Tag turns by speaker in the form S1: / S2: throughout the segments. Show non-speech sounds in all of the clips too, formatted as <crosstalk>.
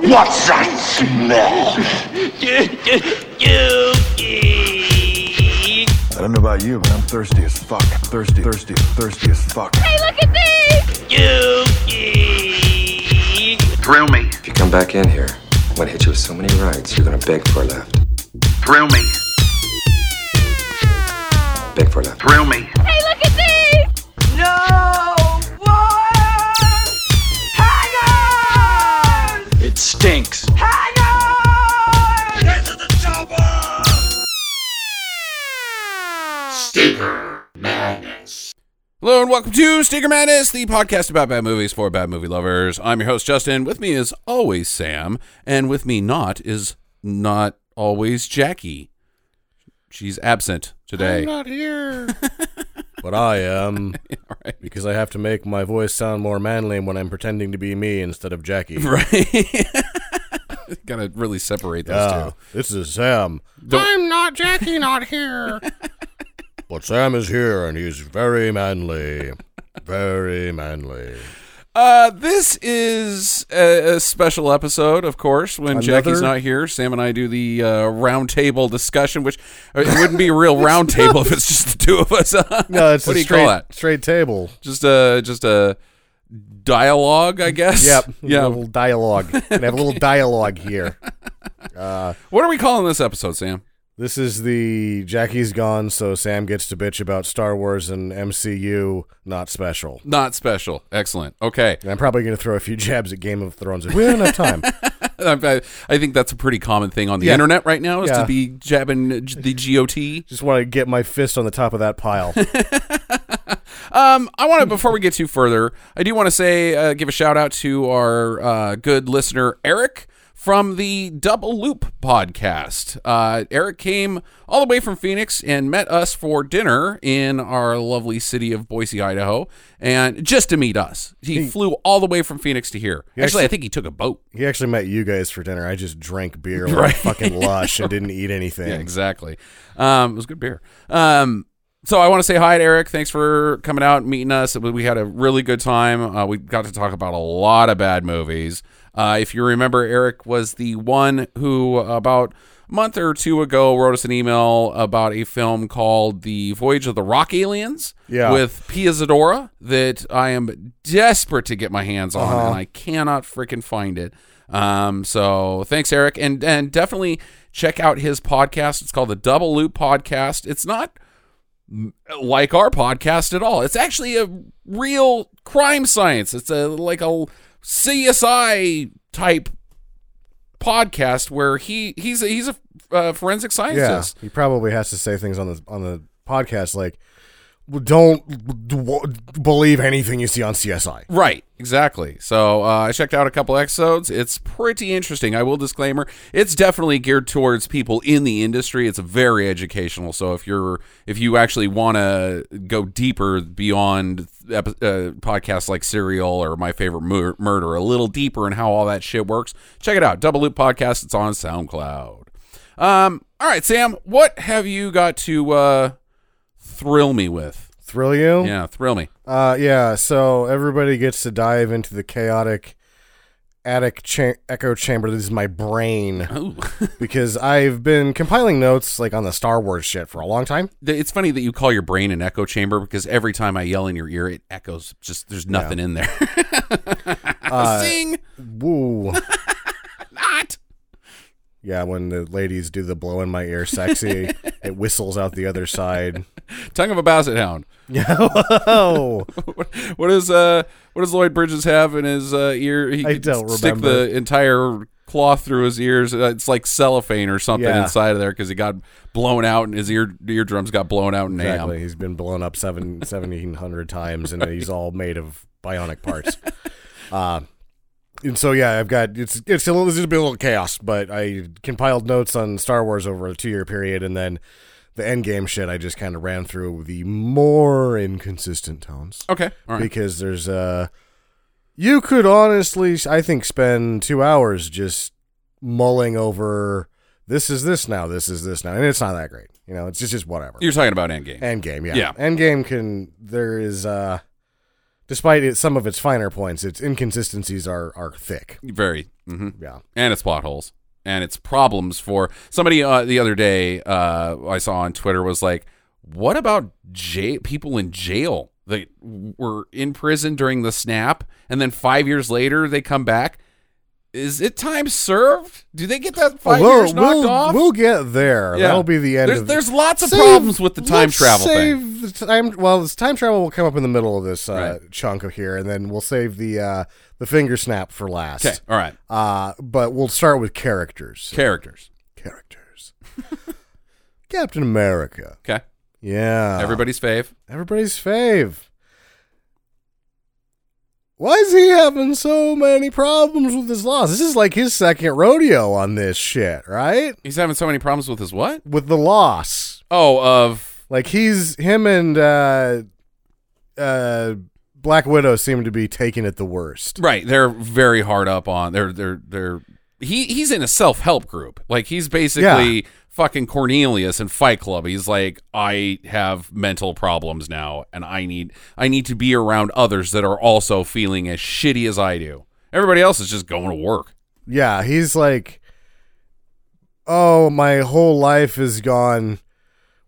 S1: What's that smell?
S2: I don't know about you, but I'm thirsty as fuck. Thirsty, thirsty, thirsty as fuck.
S1: Thrill me,
S3: If you come back in here, I'm gonna hit you with so many rights, you're gonna beg for a left.
S1: thrill me,
S3: Beg for a left.
S1: thrill me.
S4: It stinks.
S5: Hello and welcome to Stinker Madness, the podcast about bad movies for bad movie lovers. I'm your host Justin. With me is always Sam, and with me not is not always Jackie. She's absent today.
S6: not
S5: <laughs>
S6: here. but I <laughs> am. Because I have to make my voice sound more manly when I'm pretending to be me instead of <laughs> Jackie.
S5: Right. <laughs> Gotta really separate those
S6: Yeah, Ah, this is Sam. I'm not Jackie, not here. <laughs> but Sam is here and he's very manly. Very manly.
S5: two. Uh, this is a, a special episode, of course, when Jackie's not here. Sam and I do the uh, roundtable discussion, which uh, it wouldn't be
S6: <laughs>
S5: a real roundtable if it's just the two of us. <laughs>
S6: No, it's
S5: what
S6: a
S5: do you
S6: straight,
S5: call that?
S6: straight <laughs> table.
S5: just a just a dialogue, I guess.
S6: Yep. A
S5: <laughs> Yeah.
S6: little
S5: <laughs>
S6: dialogue. We have a little dialogue here.
S5: What are we calling this episode, Sam?
S6: This is the Jackie's gone, so Sam gets to bitch about Star Wars and MCU. Not special.
S5: Not special. Excellent. Okay.
S6: And I'm probably going to throw a few jabs at Game of Thrones. If we don't have
S5: <laughs>
S6: time.
S5: I, I- I think that's a pretty common thing on the
S6: Yeah.
S5: internet right now is to
S6: Yeah.
S5: be jabbing j- the GOT.
S6: Just want to get my fist on the top of that
S5: <laughs>
S6: pile.
S5: Um, I want to before we get too further, I do want to say uh, give a shout out to our uh, good listener Eric from the Double Loop podcast. Uh, Eric came all the way from Phoenix and met us for dinner in our lovely city of Boise, Idaho, and just to meet us. He, flew all the way from Phoenix to here. Actually, I think he took a boat.
S6: he actually met you guys for dinner. I just drank beer like
S5: Right.
S6: fucking
S5: <laughs>
S6: lush and didn't eat anything.
S5: Yeah, exactly. Um, it was good beer. Um, so I want to say hi to Eric. Thanks for coming out and meeting us. We had a really good time. Uh, we got to talk about a lot of bad movies. Uh, if you remember, Eric was the one who about a month or two ago wrote us an email about a film called The Voyage of the Rock Aliens
S6: Yeah.
S5: with Pia Zadora that I am desperate to get my hands on and I cannot freaking find it. Um, so thanks, Eric, and and definitely check out his podcast. It's called the Double Loop Podcast. It's not m- like our podcast at all. It's actually a real crime science. It's a like a CSI type podcast where he he's a, he's a uh, forensic
S6: Yeah,
S5: scientist.
S6: he probably has to say things on the on the podcast like, "Well, "Don't d- w- believe anything you see on CSI."
S5: Right, exactly. So uh, I checked out a couple episodes. It's pretty interesting. I will disclaimer, it's definitely geared towards people in the industry. It's very educational. So if you're if you actually want to go deeper beyond epi- uh, podcasts like Serial or My Favorite Mur- Murder, a little deeper in how all that shit works, check it out. Double Loop Podcast. It's on SoundCloud. Um, all right, Sam, what have you got to uh, thrill me with?
S6: Thrill you?
S5: Yeah, thrill me.
S6: Uh, yeah. So everybody gets to dive into the chaotic attic cha- echo chamber. This is my
S5: <laughs>
S6: brain
S5: Ooh.
S6: because I've been compiling notes like on the Star Wars shit for a long time.
S5: Th- It's funny that you call your brain an echo chamber because every time I yell in your ear, it echoes. Just there's nothing in there. <laughs>
S6: Uh,
S5: Sing
S6: Woo.
S5: not.
S6: Yeah, when the ladies do the blow in my ear sexy, it whistles out the other side.
S5: Tongue of a basset hound.
S6: Oh,
S5: What does uh what does Lloyd Bridges have in his uh, ear? He
S6: I
S5: could
S6: don't
S5: stick
S6: remember.
S5: the entire cloth through his ears. Uh, It's like cellophane or something
S6: Yeah.
S5: inside of there because he got blown out and his ear eardrums got blown out and
S6: exactly.
S5: ham.
S6: He's been blown up seven, 1,700 times, and he's all made of bionic parts. uh, and so, yeah, I've got it's it's a little, this is a bit a little chaos, but I compiled notes on Star Wars over a two year period, and then the end game shit. I just kind of ran through the more inconsistent tones.
S5: Okay, all right.
S6: because there's uh you could honestly i think spend two hours just mulling over this is this now this is this now and it's not that great you know it's just just whatever
S5: You're talking about Endgame.
S6: Endgame, yeah.
S5: Yeah.
S6: Endgame can there is uh Despite it, some of its finer points, its inconsistencies are are thick.
S5: Very. hmm
S6: Yeah.
S5: and its plot holes and its problems for somebody uh, the other day uh, I saw on Twitter was like, what about j- people in jail that were in prison during the snap and then five years later they come back? Is it time served? Do they get that five
S6: we'll,
S5: years knocked
S6: we'll,
S5: off?
S6: we'll get there.
S5: Yeah.
S6: That'll be the end.
S5: There's-
S6: of the-
S5: there's lots of problems with the time
S6: let's
S5: travel
S6: save The time, well, this time travel will come up in the middle of this uh,
S5: Right.
S6: chunk of here, and then we'll save the uh, the finger snap for last.
S5: okay, all right.
S6: Uh, but we'll start with characters.
S5: Characters.
S6: characters. <laughs> Captain America.
S5: Okay,
S6: Yeah.
S5: everybody's fave.
S6: Everybody's fave. Why is he having so many problems with his loss? This is like his second rodeo on this shit, right?
S5: He's having so many problems with his what?
S6: With the loss.
S5: Oh, of
S6: Like he's him and uh uh Black Widow seem to be taking it the worst.
S5: Right, they're very hard up on. They're they're they're he he's in a self help group. Like he's basically fucking Cornelius in Fight Club. He's like, I have mental problems now, and I need I need to be around others that are also feeling as shitty as I do. Everybody else is just going to work.
S6: Yeah, he's like Oh, my whole life is gone.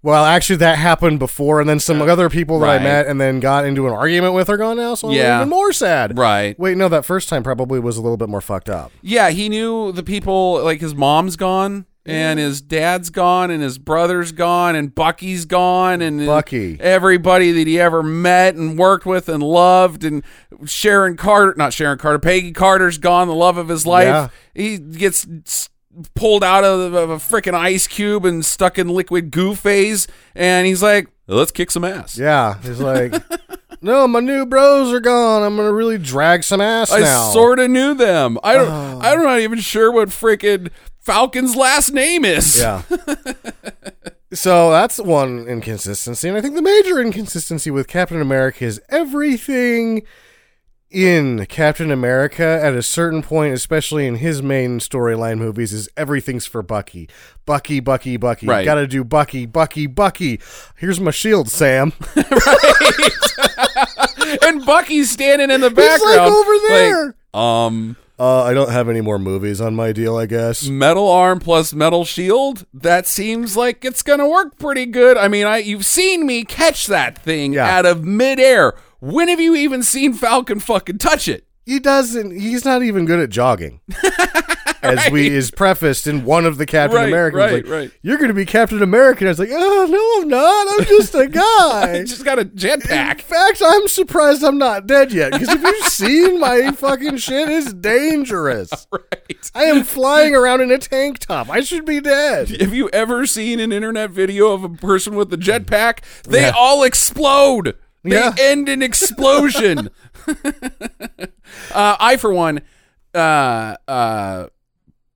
S6: Well, actually that happened before and then some other people that
S5: Right.
S6: I met and then got into an argument with are gone now, so
S5: Yeah.
S6: I'm even more sad.
S5: Right.
S6: Wait, no, that first time probably was a little bit more fucked up.
S5: Yeah, he knew the people. Like his mom's gone, and his dad's gone, and his brother's gone, and Bucky's gone, and
S6: Bucky.
S5: Everybody that he ever met and worked with and loved, and Sharon Carter, not Sharon Carter, Peggy Carter's gone, the love of his life.
S6: Yeah.
S5: He gets s- pulled out of, of a freaking ice cube and stuck in liquid goo phase, and he's like, "Let's kick some ass."
S6: Yeah, he's like, <laughs> "No, my new bros are gone. I'm gonna really drag some ass now." Oh.
S5: I sort of knew them. I don't. I'm not even sure what freaking Falcon's last name is.
S6: yeah. <laughs> so that's one inconsistency, and I think the major inconsistency with Captain America is everything in Captain America at a certain point, especially in his main storyline movies, is everything's for Bucky, Bucky, Bucky, Bucky.
S5: Right.
S6: Got to do Bucky, Bucky, Bucky. Here's my shield, Sam. <laughs>
S5: and Bucky's standing in the
S6: like,
S5: background,
S6: over there.
S5: like, um,
S6: Uh, I don't have any more movies on my deal, I guess.
S5: metal arm plus metal shield. That seems like it's gonna work pretty good. I mean, I you've seen me catch that thing
S6: Yeah.
S5: out of midair. When have you even seen Falcon fucking touch it?
S6: he doesn't he's not even good at
S5: <laughs>
S6: jogging as we is prefaced in one of the captain
S5: Right,
S6: america
S5: right,
S6: like,
S5: right.
S6: you're gonna be captain america and i was like oh no i'm not i'm just
S5: <laughs>
S6: a guy
S5: It just got a
S6: in
S5: jetpack.
S6: fact i'm surprised i'm not dead yet because if you've seen my fucking shit it's dangerous
S5: <laughs> Right.
S6: i am flying around in a tank top i should be dead
S5: Have you ever seen an internet video of a person with a jetpack? They
S6: Yeah.
S5: all explode. They
S6: Yeah.
S5: end
S6: <laughs>
S5: in explosion. <laughs> uh, I, for one, uh, uh,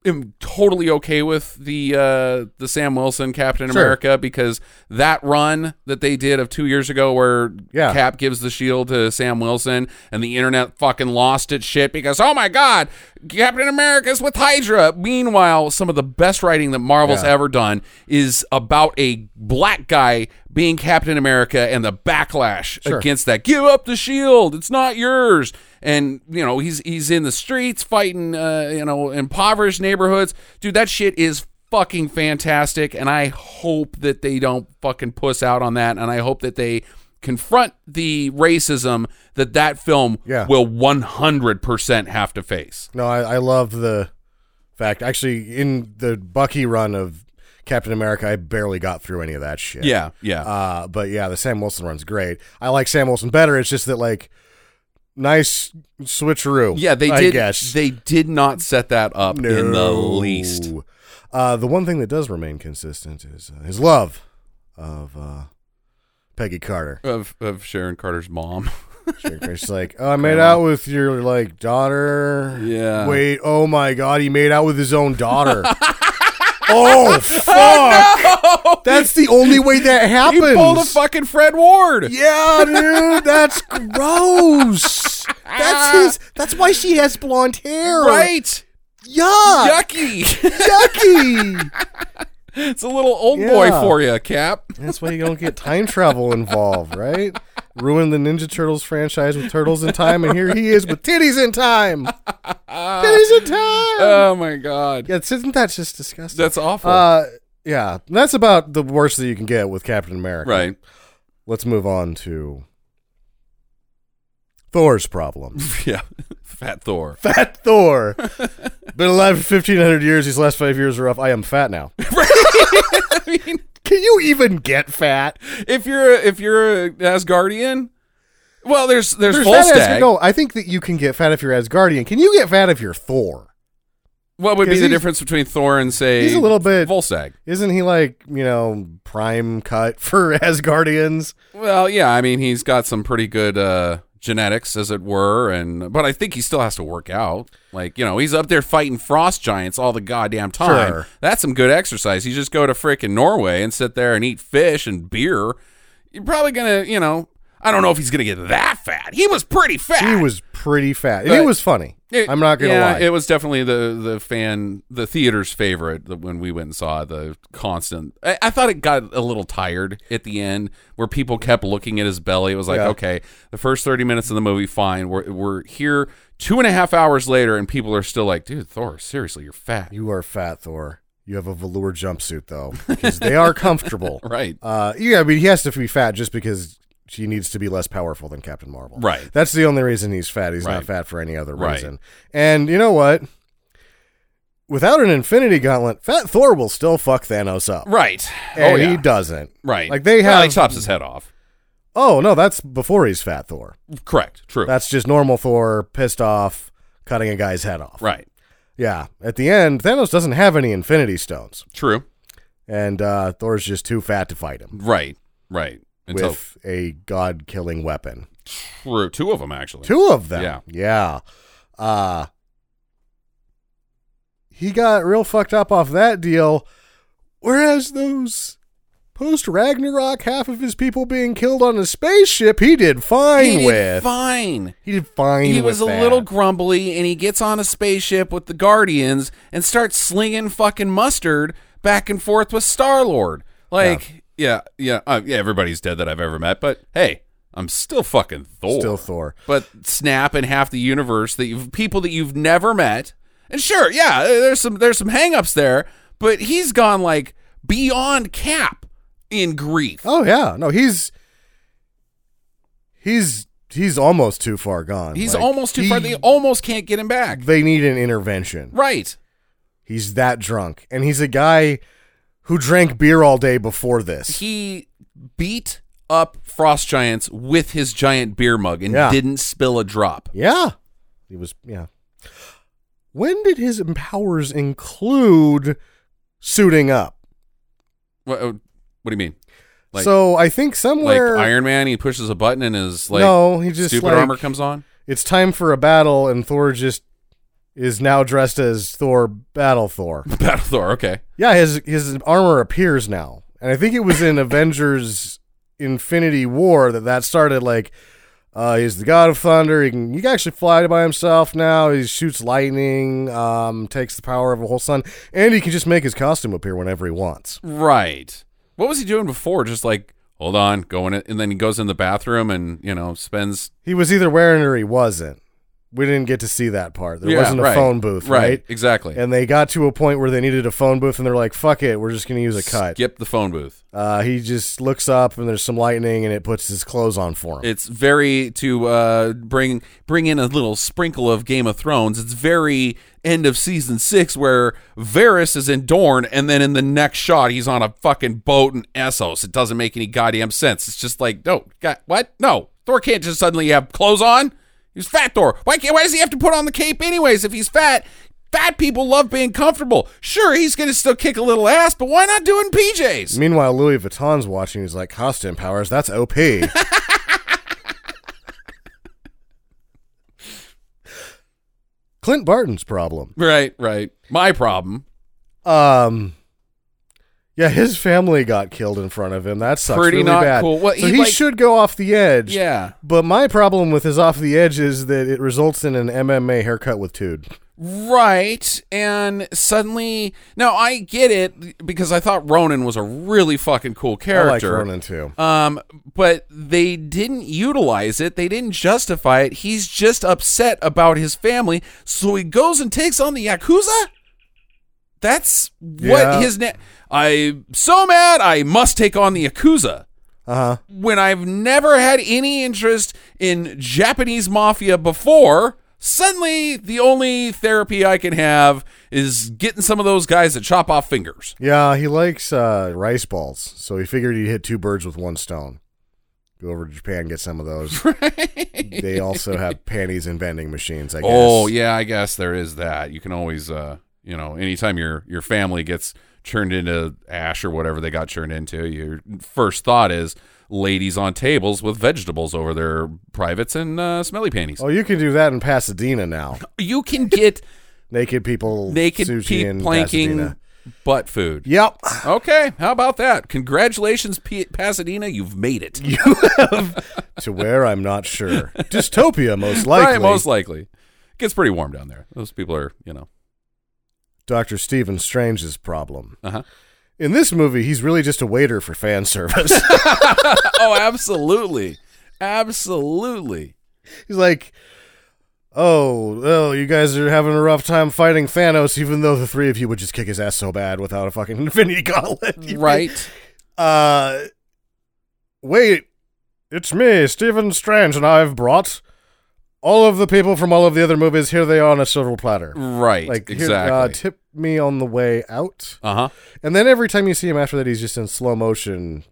S5: am totally okay with the uh, the Sam Wilson Captain
S6: Sure.
S5: America because that run that they did of two years ago where
S6: Yeah.
S5: Cap gives the shield to Sam Wilson and the internet fucking lost its shit because oh my god, Captain America's with Hydra. Meanwhile, some of the best writing that Marvel's
S6: Yeah.
S5: ever done is about a black guy being Captain America and the backlash
S6: Sure.
S5: against that. Give up the shield. It's not yours. And you know he's he's in the streets fighting, uh, you know, impoverished neighborhoods. Dude, that shit is fucking fantastic. And I hope that they don't fucking puss out on that. And I hope that they confront the racism that that film
S6: Yeah.
S5: will 100% have to face.
S6: no i, I love the fact actually in the bucky run of captain america i barely got through any of that shit
S5: Yeah, yeah.
S6: Uh, but yeah, the Sam Wilson run's great. I like Sam Wilson better. It's just that like nice switcheroo.
S5: Yeah, they
S6: I
S5: did.
S6: guess.
S5: They did not set that up in the least.
S6: No. Uh, the one thing that does remain consistent is uh, his love of uh, Peggy Carter.
S5: Of of Sharon
S6: <laughs>
S5: Carter's mom.
S6: She's like, oh, I
S5: <laughs>
S6: made out with your like daughter.
S5: Yeah.
S6: Wait, oh my god, he made out with his own
S5: <laughs>
S6: daughter. oh fuck! That's the only way that
S5: He
S6: happens.
S5: pulled a fucking Fred Ward.
S6: Yeah, dude, that's gross.
S5: <laughs>
S6: That's his. That's why she has blonde hair.
S5: Right.
S6: Yuck. <laughs>
S5: Yucky.
S6: Yucky.
S5: it's a little old boy
S6: Yeah.
S5: for you, Cap.
S6: that's why you don't get time travel involved, right? ruined the Ninja Turtles franchise with Turtles in Time, and here he is with Titties in Time. titties in Time.
S5: Oh my god,
S6: yeah, it's- isn't that just disgusting?
S5: that's awful.
S6: uh, yeah, that's about the worst that you can get with Captain America.
S5: right. <laughs>
S6: Let's move on to Thor's problem.
S5: Yeah.
S6: <laughs>
S5: Fat Thor.
S6: fat Thor. Been alive for 1,500 years. These last five years are rough. I am fat now. <laughs>
S5: I mean,
S6: Can you even get fat?
S5: if you're a- if you're a Asgardian, well, there's there's,
S6: There's fat as-
S5: Volstagg.
S6: no, I think that you can get fat if you're Asgardian. Can you get fat if you're Thor?
S5: What would be
S6: 'Cause
S5: the
S6: he's-
S5: difference between Thor and say
S6: He's a little bit-
S5: Volstagg?
S6: Isn't he like, you know, prime cut <laughs> for Asgardians?
S5: Well, yeah, I mean he's got some pretty good uh, genetics, as it were, and but I think he still has to work out. Like you know, he's up there fighting frost giants all the goddamn time.
S6: Sure.
S5: That's some good exercise. You just go to frickin' Norway and sit there and eat fish and beer. You're probably gonna, you know, I don't know if he's gonna get that fat. He was pretty fat.
S6: He was pretty fat. And
S5: But-
S6: he was funny.
S5: It-
S6: I'm not going to
S5: yeah,
S6: lie.
S5: It was definitely the the fan the theater's favorite that when we went and saw the constant. I, I thought it got a little tired at the end where people kept looking at his belly. It was like,
S6: Yeah.
S5: okay, the first thirty minutes of the movie, fine. We're we're here two and a half hours later, and people are still like, dude, Thor, seriously, you're fat.
S6: you are fat, Thor. You have a velour jumpsuit, though, because they are comfortable.
S5: <laughs> right.
S6: Uh, yeah, I mean, he has to be fat just because she needs to be less powerful than Captain Marvel.
S5: Right.
S6: That's the only reason he's fat. He's
S5: Right.
S6: not fat for any other
S5: Right.
S6: reason. And you know what? Without an Infinity Gauntlet, Fat Thor will still fuck Thanos up.
S5: Right.
S6: And
S5: oh yeah.
S6: he doesn't.
S5: right.
S6: Like they
S5: Well,
S6: have.
S5: he chops his head off.
S6: oh no, that's before he's Fat Thor.
S5: Correct. True.
S6: That's just normal Thor, pissed off, cutting a guy's head off.
S5: right.
S6: Yeah. At the end, Thanos doesn't have any Infinity Stones,
S5: True.
S6: and uh, Thor's just too fat to fight him
S5: Right. Right. Until
S6: with a god-killing weapon.
S5: true. Two of them actually.
S6: Two of them.
S5: Yeah.
S6: Yeah. Uh he got real fucked up off that deal. Whereas those post Ragnarok half of his people being killed on a spaceship, he did fine
S5: He did
S6: with.
S5: fine.
S6: he did fine
S5: he
S6: with
S5: was a
S6: that.
S5: little grumbly and he gets on a spaceship with the guardians and starts slinging fucking mustard back and forth with star lord like yeah yeah uh, yeah everybody's dead that i've ever met but hey i'm still fucking thor
S6: Still Thor.
S5: but snap in half the universe that you've people that you've never met and sure yeah uh, there's some there's some hangups there but he's gone like beyond cap in grief
S6: Oh yeah. No, he's he's he's almost too far gone.
S5: he's
S6: Like,
S5: almost too far
S6: he-
S5: they almost can't get him back
S6: they need an intervention.
S5: right
S6: He's that drunk. And he's a guy who drank beer all day before this.
S5: he beat up frost giants with his giant beer mug and
S6: Yeah.
S5: didn't spill a drop.
S6: Yeah. He was yeah. When did his powers include suiting up?
S5: uh, What, what do you mean? Like-
S6: so I think
S5: Like
S6: somewhere
S5: Iron Man, he pushes a button and his like
S6: No, he just,
S5: stupid
S6: like-
S5: armor comes on. <laughs>
S6: it's time for a battle and Thor just is now dressed as Thor Battle Thor.
S5: Battle Thor, okay,
S6: yeah, his his armor appears now. And I think it was in <laughs> Avengers Infinity War that that started like uh, he's the god of thunder. He can, he can actually fly by himself now. He shoots lightning, um, takes the power of a whole sun, and he can just make his costume appear whenever he wants.
S5: right. What was he doing before? Just like hold on, going it, and then he goes in the bathroom and you know spends.
S6: He was either wearing it or he wasn't. We didn't get to see that part. There
S5: Yeah,
S6: wasn't a
S5: right.
S6: phone booth, right?
S5: Exactly.
S6: And they got to a point where they needed a phone booth, and they're like, "Fuck it, we're just gonna use a cut."
S5: Skip the phone booth.
S6: Uh, he just looks up, and there's some lightning, and it puts his clothes on for him.
S5: It's very to uh, bring bring in a little sprinkle of Game of Thrones. It's very end of season six where Varys is in Dorne, and then in the next shot he's on a fucking boat in Essos. It doesn't make any goddamn sense. It's just like no, God, what? No, Thor can't just suddenly have clothes on. He's fat Thor. Why can't? Why does he have to put on the cape anyways if he's fat? Fat people love being comfortable. Sure, he's gonna still kick a little ass, but why not do it in PJs?
S6: Meanwhile, Louis Vuitton's watching. He's like, costume powers, that's OP. Clint Barton's problem.
S5: Right, right. My problem.
S6: Um, yeah, his family got killed in front of him. That sucks
S5: Pretty
S6: really
S5: not
S6: bad.
S5: cool. Well,
S6: so
S5: he,
S6: he,
S5: like-
S6: should go off the edge.
S5: Yeah.
S6: But my problem with his off the edge is that it results in an MMA haircut with Tude.
S5: Right. And suddenly, now I get it because I thought Ronan was a really fucking cool
S6: I like
S5: character.
S6: Ronan too.
S5: Um, but they didn't utilize it. They didn't justify it. He's just upset about his family, so he goes and takes on the yakuza. That's what
S6: Yeah.
S5: his na- I'm so mad. I must take on the yakuza.
S6: Uh huh.
S5: When I've never had any interest in Japanese mafia before, suddenly the only therapy I can have is getting some of those guys that chop off fingers.
S6: Yeah, he likes uh, rice balls, so he figured he'd hit two birds with one stone. Go over to Japan, get some of those. They also have panties and vending machines. I guess.
S5: Oh yeah, I guess there is that. You can always, uh, you know, anytime your your family gets turned into ash or whatever they got turned into, your first thought is ladies on tables with vegetables over their privates and uh, smelly panties.
S6: Oh, you can do that in Pasadena now.
S5: You can get <laughs>
S6: Naked people,
S5: naked
S6: sushi in
S5: peep planking
S6: Pasadena.
S5: butt food.
S6: Yep,
S5: Okay, how about that? Congratulations, P- Pasadena, you've made it.
S6: to where I'm not
S5: <laughs>
S6: sure. Dystopia, most likely.
S5: Right, most likely. Gets pretty warm down there. Those people are, you know.
S6: Doctor Stephen Strange's problem.
S5: Uh-huh.
S6: In this movie, he's really just a waiter for fan service.
S5: Oh, absolutely. Absolutely.
S6: He's like, "Oh, well, you guys are having a rough time fighting Thanos, even though the three of you would just kick his ass so bad without a fucking <laughs> Infinity Gauntlet."
S5: Right.
S6: Uh, wait, it's me, Stephen Strange, and I've brought all of the people from all of the other movies. Here they are on a silver platter.
S5: Right.
S6: Like, here, uh,
S5: exactly.
S6: tip me on the way out.
S5: Uh huh.
S6: And then every time you see him after that, he's just in slow motion,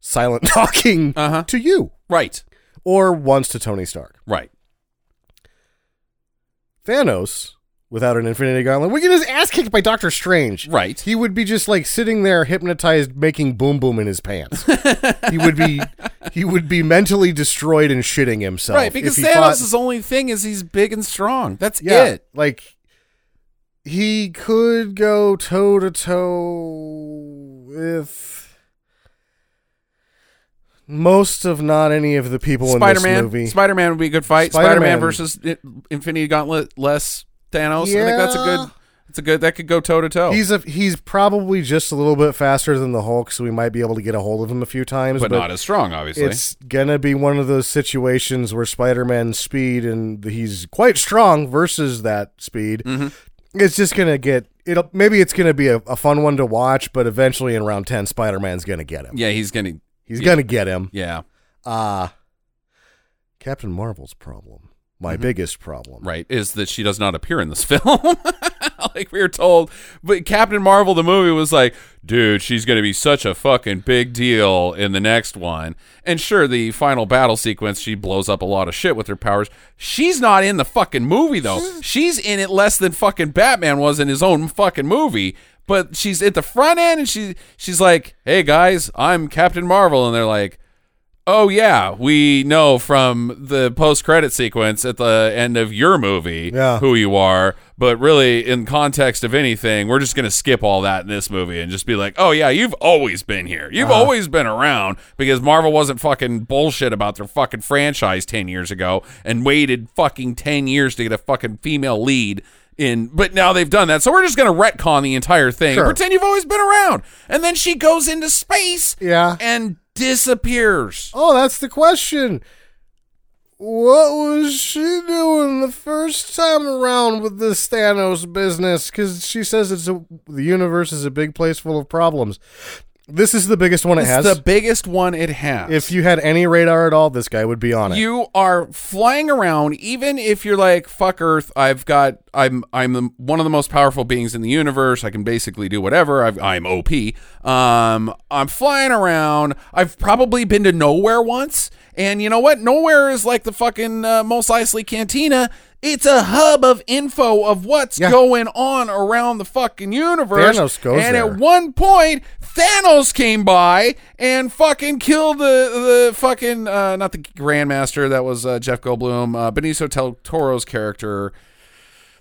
S6: silent <laughs> talking
S5: Uh-huh.
S6: to you
S5: Right.
S6: or once to Tony Stark.
S5: Right.
S6: Thanos without an Infinity Gauntlet would get his ass kicked by Doctor Strange.
S5: Right.
S6: He would be just like sitting there hypnotized, making boom boom in his
S5: <laughs>
S6: pants. he would be he would be mentally destroyed and shitting himself.
S5: right. Because
S6: if he fought-
S5: Thanos' only thing is he's big and strong. That's
S6: yeah,
S5: it.
S6: like he could go toe to toe with most of not any of the people
S5: Spider
S6: in this
S5: Man.
S6: movie.
S5: Spider Man would be a good fight.
S6: Spider-Man.
S5: Spider Man versus I- Infinity Gauntlet less Thanos. I think that's a
S6: Yeah.
S5: good. That's a good. That could go toe to toe.
S6: He's a he's probably just a little bit faster than the Hulk, so we might be able to get a hold of him a few times.
S5: but,
S6: But,
S5: not as strong, obviously.
S6: it's gonna be one of those situations where Spider-Man's speed and he's quite strong versus that speed.
S5: Mm-hmm.
S6: It's just gonna get it'll maybe it's gonna be a, a fun one to watch, but eventually in round ten, Spider-Man's gonna get him.
S5: yeah, he's gonna.
S6: He's gonna get him.
S5: Yeah.
S6: Uh Captain Marvel's problem. My
S5: Mm-hmm.
S6: biggest problem.
S5: Right. Is that she does not appear in this <laughs> film. like we were told. But Captain Marvel, the movie, was like, dude, she's going to be such a fucking big deal in the next one. And sure, the final battle sequence, she blows up a lot of shit with her powers. She's not in the fucking movie, though. She's in it less than fucking Batman was in his own fucking movie. But she's at the front end and she she's like, hey guys, I'm Captain Marvel. And they're like, Oh yeah, we know from the post-credit sequence at the end of your movie
S6: Yeah.
S5: who you are, but really in context of anything, we're just going to skip all that in this movie and just be like, "Oh yeah, you've always been here. You've
S6: Uh-huh.
S5: always been around because Marvel wasn't fucking bullshit about their fucking franchise 10 years ago and waited fucking 10 years to get a fucking female lead." In, but now they've done that, so we're just gonna retcon the entire thing.
S6: Sure.
S5: Pretend you've always been around, and then she goes into space
S6: Yeah.
S5: and disappears.
S6: Oh, that's the question. What was she doing the first time around with this Thanos business? Because she says it's a, the universe is a big place full of problems. This is the biggest one it
S5: It's
S6: has.
S5: the biggest one it has.
S6: if you had any radar at all, this guy would be on it.
S5: you are flying around, even if you're like fuck Earth, I've got I'm I'm the, one of the most powerful beings in the universe. I can basically do whatever. I've, I'm OP. Um, I'm flying around. I've probably been to nowhere once, and you know what? Nowhere is like the fucking uh, Mos Eisley Cantina. It's a hub of info of what's
S6: Yeah.
S5: going on around the fucking universe.
S6: Thanos goes
S5: and
S6: there.
S5: at one point, Thanos came by and fucking killed the the fucking uh, not the Grandmaster that was uh, Jeff Goldblum, uh, Benicio del Toro's character,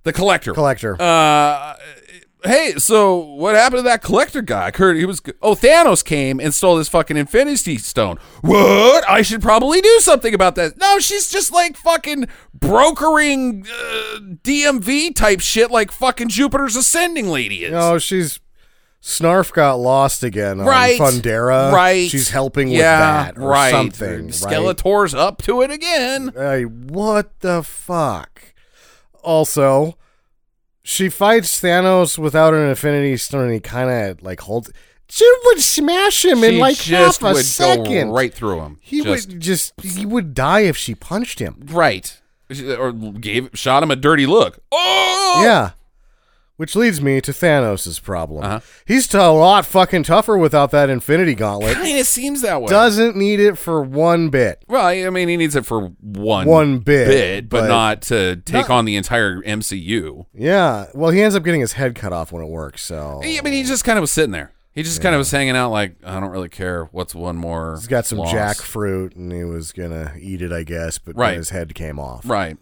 S5: the Collector.
S6: Collector.
S5: Uh, hey, so what happened to that collector guy? I heard he was. Oh, Thanos came and stole his fucking Infinity Stone. What? I should probably do something about that. No, she's just like fucking brokering uh, DMV type shit, like fucking Jupiter's Ascending lady is.
S6: No, she's Snarf got lost again on
S5: Right,
S6: Um, Fundera.
S5: right.
S6: She's helping
S5: yeah,
S6: with that or
S5: right.
S6: something. right?
S5: Skeletor's up to it again.
S6: Hey, what the fuck? Also, she fights Thanos without an Infinity Stone, and he kind of like holds. She would smash him in
S5: She
S6: like
S5: just
S6: half a
S5: would
S6: second.
S5: go right through him.
S6: He
S5: just,
S6: would just he would die if she punched him.
S5: right, or gave shot him a dirty look. Oh,
S6: Yeah. Which leads me to Thanos' problem.
S5: Uh-huh.
S6: He's t- a lot fucking tougher without that Infinity Gauntlet.
S5: kind of seems that
S6: <laughs>
S5: way.
S6: Doesn't need it for one bit.
S5: Well, I I mean, he needs it for one
S6: One bit,
S5: but,
S6: but-
S5: not to take
S6: Not-
S5: on the entire MCU.
S6: Yeah. Well, he ends up getting his head cut off when it works. So
S5: I mean, he just kind of was sitting there. He just kind of was hanging out, like I don't really care. What's one more?
S6: He's got some
S5: loss.
S6: jackfruit and he was gonna eat it, I guess, but then
S5: Right.
S6: his head came off.
S5: right?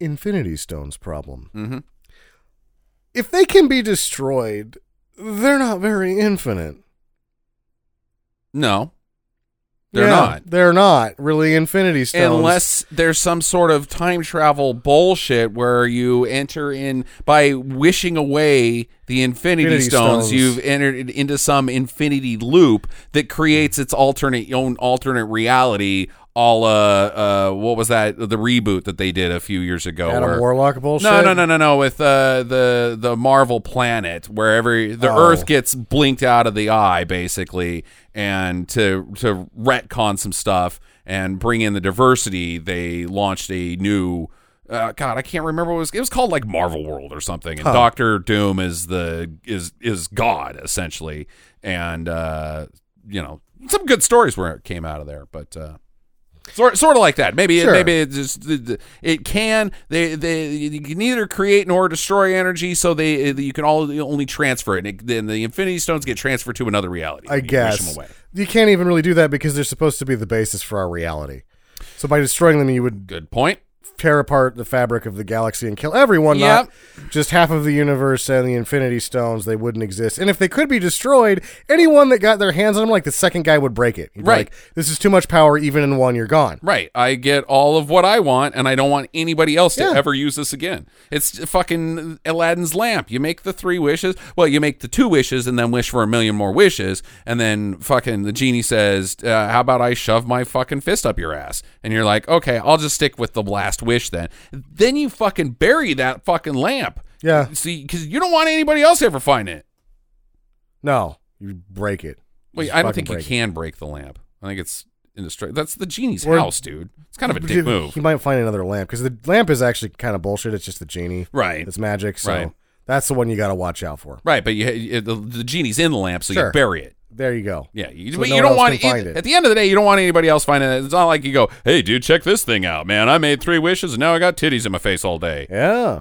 S6: Infinity Stone's problem.
S5: hmm
S6: If they can be destroyed, they're not very infinite.
S5: No, they're
S6: Yeah,
S5: not.
S6: They're not really Infinity Stones.
S5: Unless there's some sort of time travel bullshit where you enter in by wishing away the infinity,
S6: Infinity
S5: stones,
S6: stones.
S5: you've entered it into some infinity loop that creates its alternate own alternate reality. All uh, uh, what was that? The reboot that they did a few years ago.
S6: Adam
S5: where-
S6: Warlock bullshit.
S5: no, no, no, no, no. With uh, the the Marvel planet, where every the
S6: Oh.
S5: Earth gets blinked out of the eye, basically, and to to retcon some stuff and bring in the diversity, they launched a new. Uh, God, I can't remember what it was. It was called like Marvel World or something. And Doctor Doom is the is is God essentially, and uh, you know some good stories where it came out of there, but. Uh, Sort, sort of like that. Maybe it,
S6: Sure.
S5: maybe it just it- it can they they you can neither create nor destroy energy, so they you can all only transfer it. And it- then the Infinity Stones get transferred to another reality.
S6: I
S5: You wish
S6: guess
S5: them away.
S6: you can't even really do that because they're supposed to be the basis for our reality. So by destroying them, you would
S5: Good point.
S6: tear apart the fabric of the galaxy and kill everyone,
S5: Yep.
S6: not just half of the universe and the Infinity Stones. They wouldn't exist, and if they could be destroyed, anyone that got their hands on them, like the second guy, would break it. He'd be
S5: Right.
S6: like, this is too much power. Even in one, you're gone.
S5: Right. I get all of what I want, and I don't want anybody else to
S6: Yeah.
S5: ever use this again. It's fucking Aladdin's lamp. You make the three wishes. Well, you make the two wishes and then wish for a million more wishes. And then fucking the genie says, uh, How about I shove my fucking fist up your ass? And you're like, Okay, I'll just stick with the last wish then. Then you fucking bury that fucking lamp.
S6: Yeah.
S5: See, because you don't want anybody else to ever find it.
S6: No, you break it.
S5: Wait,
S6: Just
S5: I don't
S6: fucking
S5: think you
S6: break it.
S5: can break the lamp. I think it's indestructible. That's the genie's
S6: Or-
S5: house, dude. It's kind of a
S6: <laughs>
S5: dick move.
S6: He might find another lamp because the lamp is actually kind of bullshit. It's just the genie.
S5: Right.
S6: It's magic. So
S5: Right.
S6: that's the one you got to watch out for.
S5: Right, but you, you the, the genie's in the lamp, so you
S6: Sure.
S5: bury it.
S6: There you go.
S5: Yeah, you,
S6: So
S5: but
S6: no one
S5: you don't
S6: else
S5: want
S6: can find
S5: it-
S6: it.
S5: at the end of the day, you don't want anybody else finding it. It's not like you go, "Hey, dude, check this thing out, man. I made three wishes, and now I got titties in my face all day."
S6: Yeah.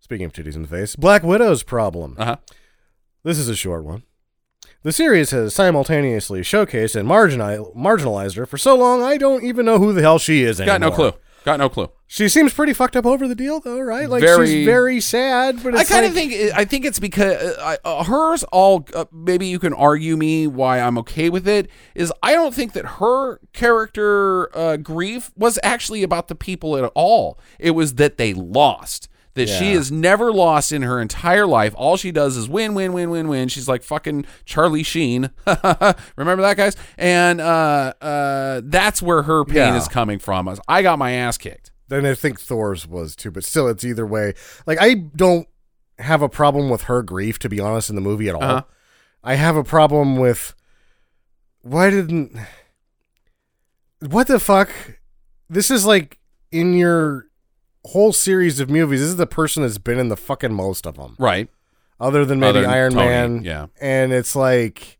S6: Speaking of titties in the face, Black Widow's problem.
S5: Uh huh.
S6: This is a short one. The series has simultaneously showcased and marginali- marginalized her for so long, I don't even know who the hell she is anymore.
S5: Got no clue. Got no clue.
S6: She seems pretty fucked up over the deal, though, right? Like
S5: Very-
S6: she's very sad, but it's
S5: I kind of
S6: like-
S5: think I think it's because uh, I- uh, hers all uh, maybe you can argue me why I'm okay with it is I don't think that her character uh, grief was actually about the people at all. It was that they lost. That she
S6: Yeah.
S5: has never lost in her entire life. All she does is win, win, win, win, win. She's like fucking Charlie Sheen. <laughs> Remember that, guys? And uh, uh, that's where her pain
S6: Yeah.
S5: is coming from. is, I got my ass kicked.
S6: and I think Thor's was too, but still, it's either way. Like I don't have a problem with her grief, to be honest, in the movie at all.
S5: Uh-huh.
S6: I have a problem with why didn't what the fuck? This is like in your whole series of movies. This is the person that's been in the fucking most of them,
S5: Right.
S6: other than maybe
S5: Other than
S6: Iron
S5: Tony,
S6: Man.
S5: yeah.
S6: and it's like.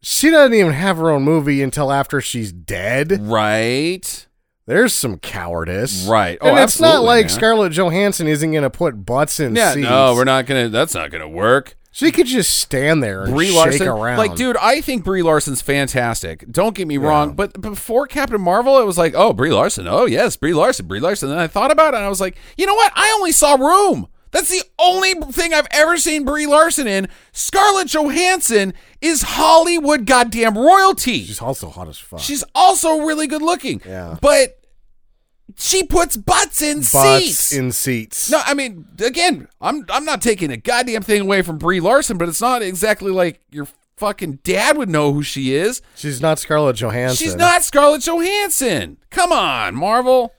S6: She doesn't even have her own movie until after she's dead.
S5: Right.
S6: There's some cowardice,
S5: Right. Oh,
S6: and it's not
S5: absolutely,
S6: like
S5: man.
S6: Scarlett Johansson isn't going to put butts in
S5: Yeah,
S6: seats.
S5: no, we're not gonna. That's not gonna work.
S6: She could just stand there and
S5: Brie
S6: shake
S5: Larson,
S6: around.
S5: like, dude, I think Brie Larson's fantastic. Don't get me wrong, but before Captain Marvel, it was like, oh, Brie Larson, oh yes, Brie Larson, Brie Larson. And I thought about it, and I was like, you know what? I only saw Room. That's the only thing I've ever seen Brie Larson in. Scarlett Johansson is Hollywood goddamn royalty.
S6: she's also hot as fuck.
S5: She's also really good looking.
S6: Yeah.
S5: But she puts butts in
S6: butts
S5: seats.
S6: in seats.
S5: no, I mean, again, I'm I'm not taking a goddamn thing away from Brie Larson, but it's not exactly like your fucking dad would know who she is.
S6: she's not Scarlett Johansson.
S5: She's not Scarlett Johansson. Come on, Marvel.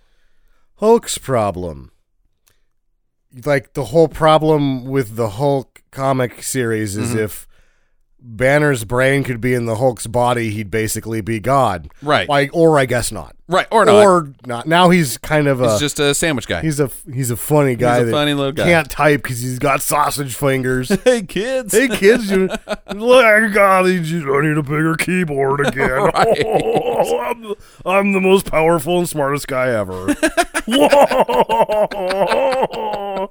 S6: Hulk's problem. Like the whole problem with the Hulk comic series is
S5: Mm-hmm.
S6: if Banner's brain could be in the Hulk's body, he'd basically be God.
S5: Right.
S6: Like, or I guess not.
S5: Right, or not.
S6: Or uh, not. Now he's kind of a.
S5: He's just a sandwich guy.
S6: He's a he's a funny guy.
S5: a
S6: that
S5: funny little guy.
S6: Can't type because he's got sausage
S5: <laughs>
S6: fingers.
S5: hey kids.
S6: hey kids, you like God, you just, I need a bigger
S5: <laughs>
S6: keyboard again. <laughs> Oh, I'm, the- I'm the most powerful and smartest guy
S5: <laughs>
S6: ever. <laughs>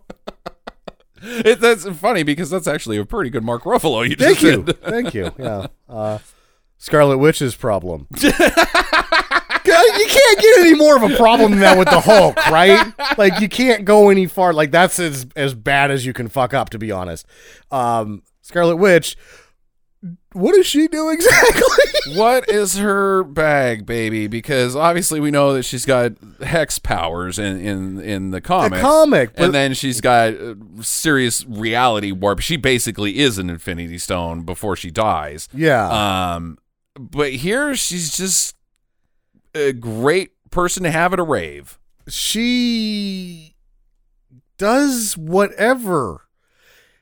S5: It, that's funny because that's actually a pretty good Mark Ruffalo. You just
S6: Thank
S5: <laughs>
S6: you,
S5: did.
S6: thank you. Yeah, uh, Scarlet Witch's problem.
S5: <laughs>
S6: God, you can't get any more of a problem than that with the Hulk, right? Like you can't go any far. Like that's as as bad as you can fuck up, to be honest. Um, Scarlet Witch. What does she do exactly?
S5: what is her bag, baby? Because obviously we know that she's got hex powers in in in the <laughs> comic.
S6: comic, but-
S5: and then she's got uh, serious reality warp. She basically is an Infinity Stone before she dies.
S6: yeah.
S5: Um, but here she's just a great person to have at a rave.
S6: she does whatever.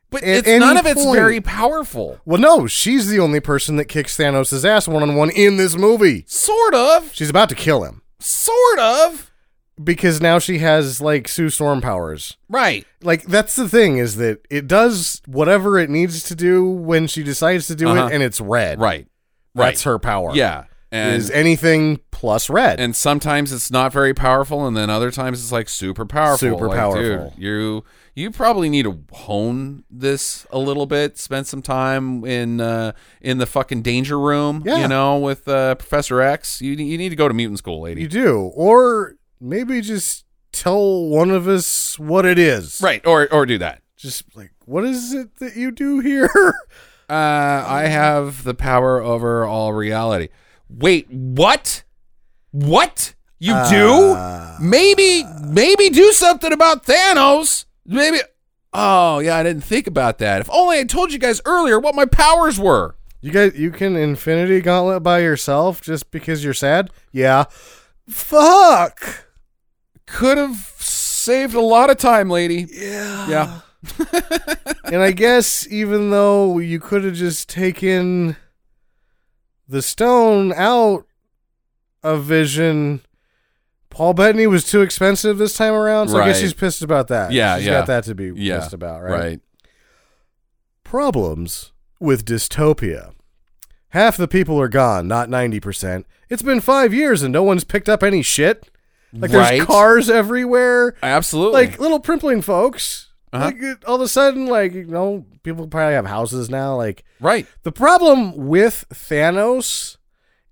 S5: But
S6: At
S5: it's none
S6: any
S5: of it's
S6: point-
S5: very powerful.
S6: Well, no, she's the only person that kicks Thanos' ass one on one in this movie.
S5: Sort of,
S6: She's about to kill him
S5: sort of.
S6: because now she has like Sue Storm powers.
S5: Right.
S6: Like that's the thing is that it does whatever it needs to do when she decides to do
S5: Uh-huh.
S6: it, and it's red.
S5: Right. Right.
S6: that's her power.
S5: Yeah. And
S6: is anything plus red.
S5: and sometimes it's not very powerful, and then other times it's like super powerful.
S6: Super
S5: Like,
S6: powerful.
S5: dude, you you probably need to hone this a little bit. Spend some time in uh, in the fucking danger room.
S6: Yeah.
S5: You know, with uh, Professor X. You you need to go to mutant school, lady.
S6: you do, or maybe just tell one of us what it is.
S5: right. Or or do that.
S6: Just like what is it that you do here?
S5: Uh, I have the power over all reality. Wait, what? What <laughs> you
S6: Uh,
S5: do? Maybe, maybe do something about Thanos. Maybe. Oh yeah, I didn't think about that. If only I told you guys earlier what my powers were.
S6: You guys, you can Infinity Gauntlet by yourself just because you're sad? Yeah. Fuck.
S5: Could have saved a lot of time, lady. Yeah. Yeah.
S6: Oh.
S5: <laughs>
S6: and I guess even though you could have just taken the stone out of Vision, Paul Bettany was too expensive this time around, so I guess
S5: Right.
S6: she's pissed about that.
S5: Yeah,
S6: She's
S5: yeah.
S6: got that to be
S5: Yeah.
S6: pissed about,
S5: Right.
S6: problems with dystopia. Half the people are gone, not 90%. It's been five years and no one's picked up any shit. Like,
S5: Right.
S6: there's cars everywhere.
S5: Absolutely.
S6: Like, little primpling folks.
S5: Uh-huh.
S6: Like, it- all of a sudden, like, you know, people probably have houses now. Like,
S5: right.
S6: the problem with Thanos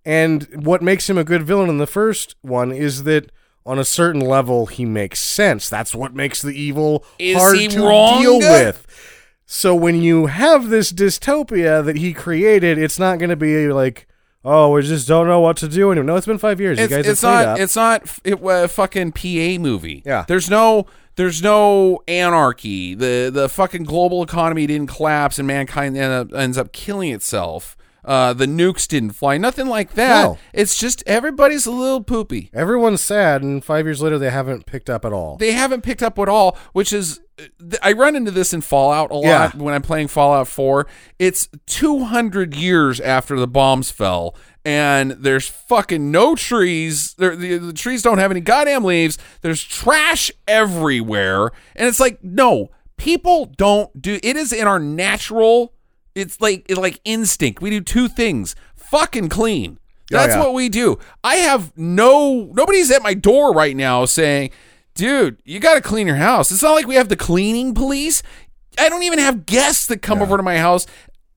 S6: and what makes him a good villain in the first one is that on a certain level he makes sense. That's what makes the evil
S5: Is
S6: hard
S5: he
S6: to
S5: wrong?
S6: deal with. So when you have this dystopia that he created, it's not going to be like, oh, we just don't know what to do anymore. No, it's been five years.
S5: It's,
S6: you guys
S5: it's
S6: have cleaned
S5: not.
S6: up.
S5: It's not. f- It uh, fucking PA movie.
S6: Yeah.
S5: There's no. There's no anarchy. The the fucking global economy didn't collapse, and mankind end up, ends up killing itself. Uh, the nukes didn't fly. Nothing like that.
S6: No.
S5: It's just everybody's a little poopy.
S6: Everyone's sad, and five years later they haven't picked up at all.
S5: They haven't picked up at all, which is uh, th- I run into this in Fallout a lot
S6: Yeah.
S5: when I'm playing Fallout 4. It's 200 years after the bombs fell and there's fucking no trees. There, the, the trees don't have any goddamn leaves. There's trash everywhere. And it's like, no, people don't do it is in our natural it's like it's like instinct. We do two things. Fucking clean. That's
S6: yeah.
S5: what we do. I have no nobody's at my door right now saying, "Dude, you got to clean your house." It's not like we have the cleaning police. I don't even have guests that come over to my house.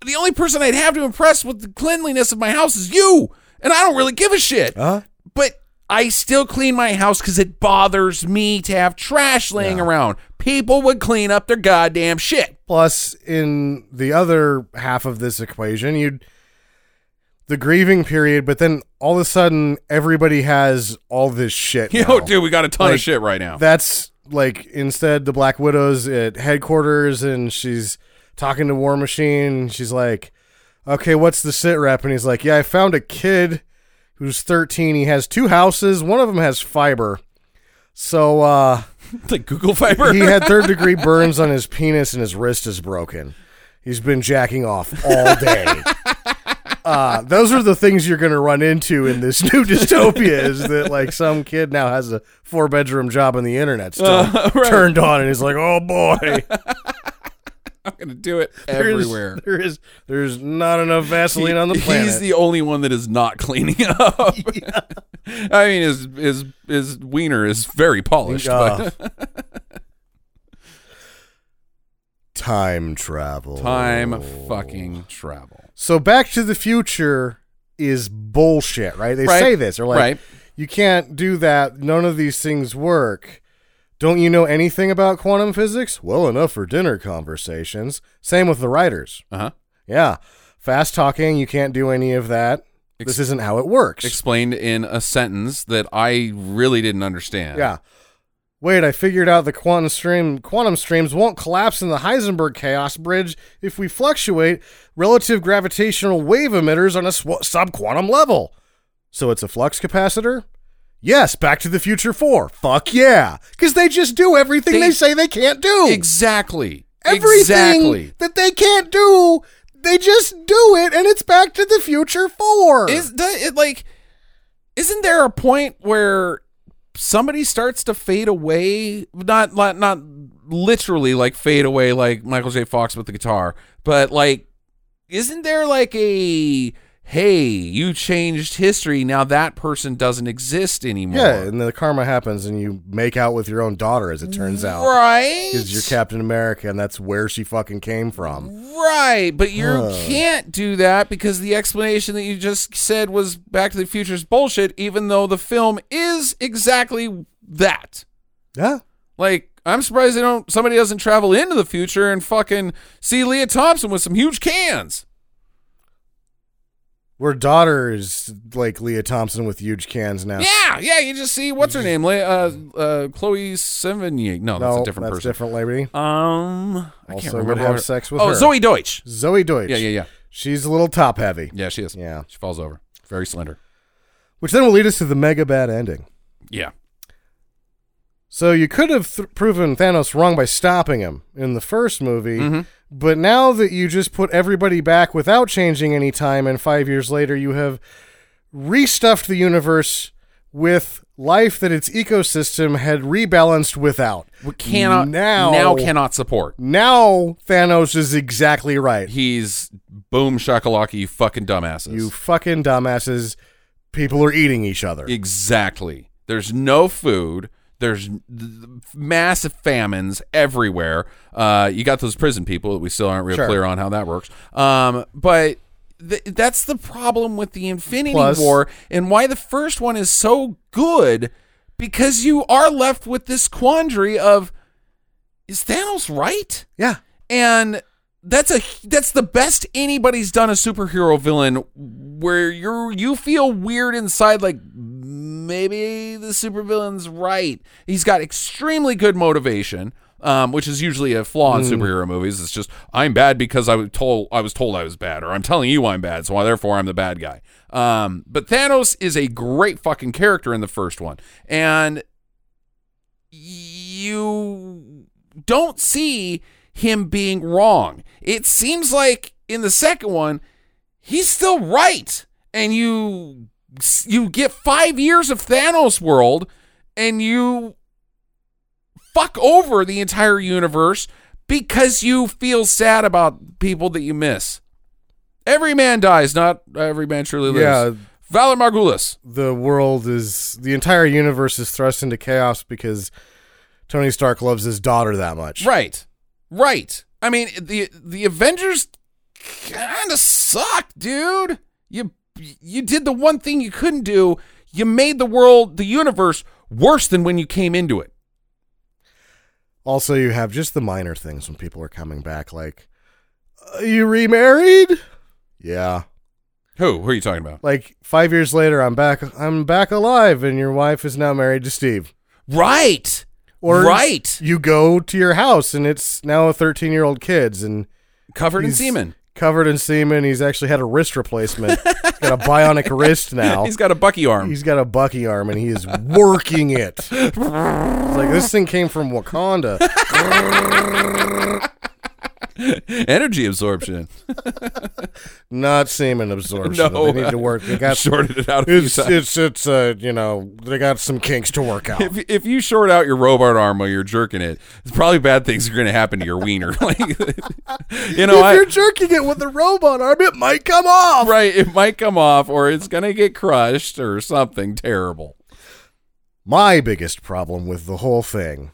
S5: The only person I'd have to impress with the cleanliness of my house is you, and I don't really give a shit.
S6: Huh?
S5: But I still clean my house because it bothers me to have trash laying around. People would clean up their goddamn shit. <laughs>
S6: Plus, in the other half of this equation, you'd the grieving period, but then all of a sudden everybody has all this shit.
S5: <laughs> Yo,
S6: now.
S5: dude, we got a ton of
S6: Like,
S5: shit right now.
S6: That's like instead the Black Widow's at headquarters and she's talking to War Machine. She's like, "Okay, what's the sit rep?" And he's like, "Yeah, I found a kid who's 13. He has two houses. One of them has fiber." So uh,
S5: the Google Fiber. <laughs>
S6: he had third degree burns on his penis and his wrist is broken. He's been jacking off all day. Uh, those are the things you're going to run into in this new dystopia is that like some kid now has a four bedroom job on the internet still
S5: Uh, <laughs>
S6: turned on and he's like, oh boy,
S5: I'm gonna do it
S6: There is-
S5: <laughs> everywhere.
S6: there is there's not enough Vaseline on the
S5: He-
S6: planet. Oh
S5: He's the only one that is not <laughs> cleaning up. I mean, his his his wiener is very polished.
S6: Uh,
S5: but
S6: <laughs> time travel.
S5: <laughs> time fucking travel.
S6: So Back to the Future is bullshit, right? They
S5: Right.
S6: say this. They're like,
S5: Right.
S6: you can't do that. None of these things work. Don't you know anything about quantum physics? Well enough for dinner conversations. Same with the writers.
S5: Uh huh.
S6: Yeah. Fast talking, you can't do any of that. this isn't how it works.
S5: Explained in a sentence that I really didn't understand.
S6: yeah. Wait, I figured out the quantum stream quantum streams won't collapse in the Heisenberg chaos bridge if we fluctuate relative gravitational wave emitters on a sw- subquantum level. So it's a flux capacitor? Yes, Back to the Future 4. Fuck yeah. Because they just do everything
S5: They-
S6: they, say they can't do.
S5: Exactly.
S6: everything
S5: Exactly.
S6: that they can't do, they just do it, and it's Back to the Future 4.
S5: Is do- it like? Isn't there a point where somebody starts to fade away? Not not not literally like fade away like Michael J. Fox with the guitar, but like, isn't there like a hey, you changed history now that person doesn't exist anymore?
S6: yeah, and the karma happens, and you make out with your own daughter, as it turns out.
S5: right. Mm-hmm.
S6: Because you're Captain America, and that's where she fucking came from.
S5: Right, but you
S6: Huh.
S5: can't do that because the explanation that you just said was Back to the Future's bullshit, even though the film is exactly that.
S6: Yeah.
S5: Like, I'm surprised they don't somebody doesn't travel into the future and fucking see Leah Thompson with some huge cans.
S6: Where daughter is like Leah Thompson with huge cans now.
S5: Yeah, yeah, you just see what's her name, Le- uh, uh, Chloe Sevigny. No, Oh, that's
S6: Mm-hmm. no,
S5: a different
S6: that's
S5: person.
S6: different lady.
S5: Um, I can't
S6: Also would
S5: remember.
S6: have
S5: how her-
S6: sex with
S5: oh,
S6: her.
S5: Zoe Deutsch.
S6: Zoe Deutsch.
S5: Yeah, yeah, yeah,
S6: She's a little top heavy,
S5: yeah. She is.
S6: Yeah.
S5: she falls over. Very slender.
S6: which then will lead us to the mega bad ending.
S5: Yeah.
S6: So you could have th- proven Thanos wrong by stopping him in the first movie,
S5: Mm-hmm.
S6: but now that you just put everybody back without changing any time, and five years later you have restuffed the universe with life that its ecosystem had rebalanced without.
S5: We cannot
S6: now.
S5: now cannot support.
S6: Now Thanos is exactly right.
S5: He's boom shakalaka, you fucking dumbasses.
S6: You fucking dumbasses! People are eating each other.
S5: exactly. There's no food. There's th- th- massive famines everywhere. Uh, you got those prison people that we still aren't real
S6: Sure.
S5: clear on how that works. Um, but th- that's the problem with the Infinity
S6: Plus-
S5: War and why the first one is so good because you are left with this quandary of is Thanos right?
S6: yeah,
S5: and that's a that's the best anybody's done a superhero villain where you're you feel weird inside like maybe the supervillain's right he's got extremely good motivation um, which is usually a flaw in superhero movies it's just i'm bad because i was told i was told i was bad or i'm telling you i'm bad so I- therefore i'm the bad guy um, but thanos is a great fucking character in the first one and you don't see him being wrong. It seems like in the second one, he's still right, and you you get five years of Thanos world, and you fuck over the entire universe because you feel sad about people that you miss. Every man dies, not every man truly lives.
S6: Yeah.
S5: Valor Margulis.
S6: the world is the entire universe is thrust into chaos because Tony Stark loves his daughter that much.
S5: Right. Right. I mean, the the Avengers kind of suck, dude. You you did the one thing you couldn't do. You made the world, the universe worse than when you came into it.
S6: Also, you have just the minor things when people are coming back, like, "Uh, you remarried? Yeah.
S5: Who? Who are you talking about?
S6: Like five years later, I'm back. I'm back alive, and your wife is now married to Steve.
S5: Right.
S6: Or
S5: right.
S6: You go to your house, and it's now a 13 year old kid's, and
S5: Covered in
S6: he's
S5: semen.
S6: covered in semen. He's actually had a wrist replacement. he's got a
S5: <laughs>
S6: bionic wrist now.
S5: He's got a Bucky arm.
S6: He's got a Bucky arm and he is working it. It's like this thing came from Wakanda.
S5: Energy absorption.
S6: Not semen absorption.
S5: No,
S6: they need to work. They <laughs>
S5: <laughs>
S6: got
S5: Shorted it out. A few
S6: it's
S5: times.
S6: it's it's uh you know they got some kinks to work
S5: <laughs>
S6: out.
S5: If, if you short out your robot arm while you're jerking it, it's probably bad things are going to happen to your wiener. <laughs> Like, you know,
S6: if
S5: I,
S6: you're jerking it with a robot arm, it might come off.
S5: right? It might come off, or it's going to get crushed, or something terrible.
S6: My biggest problem with the whole thing.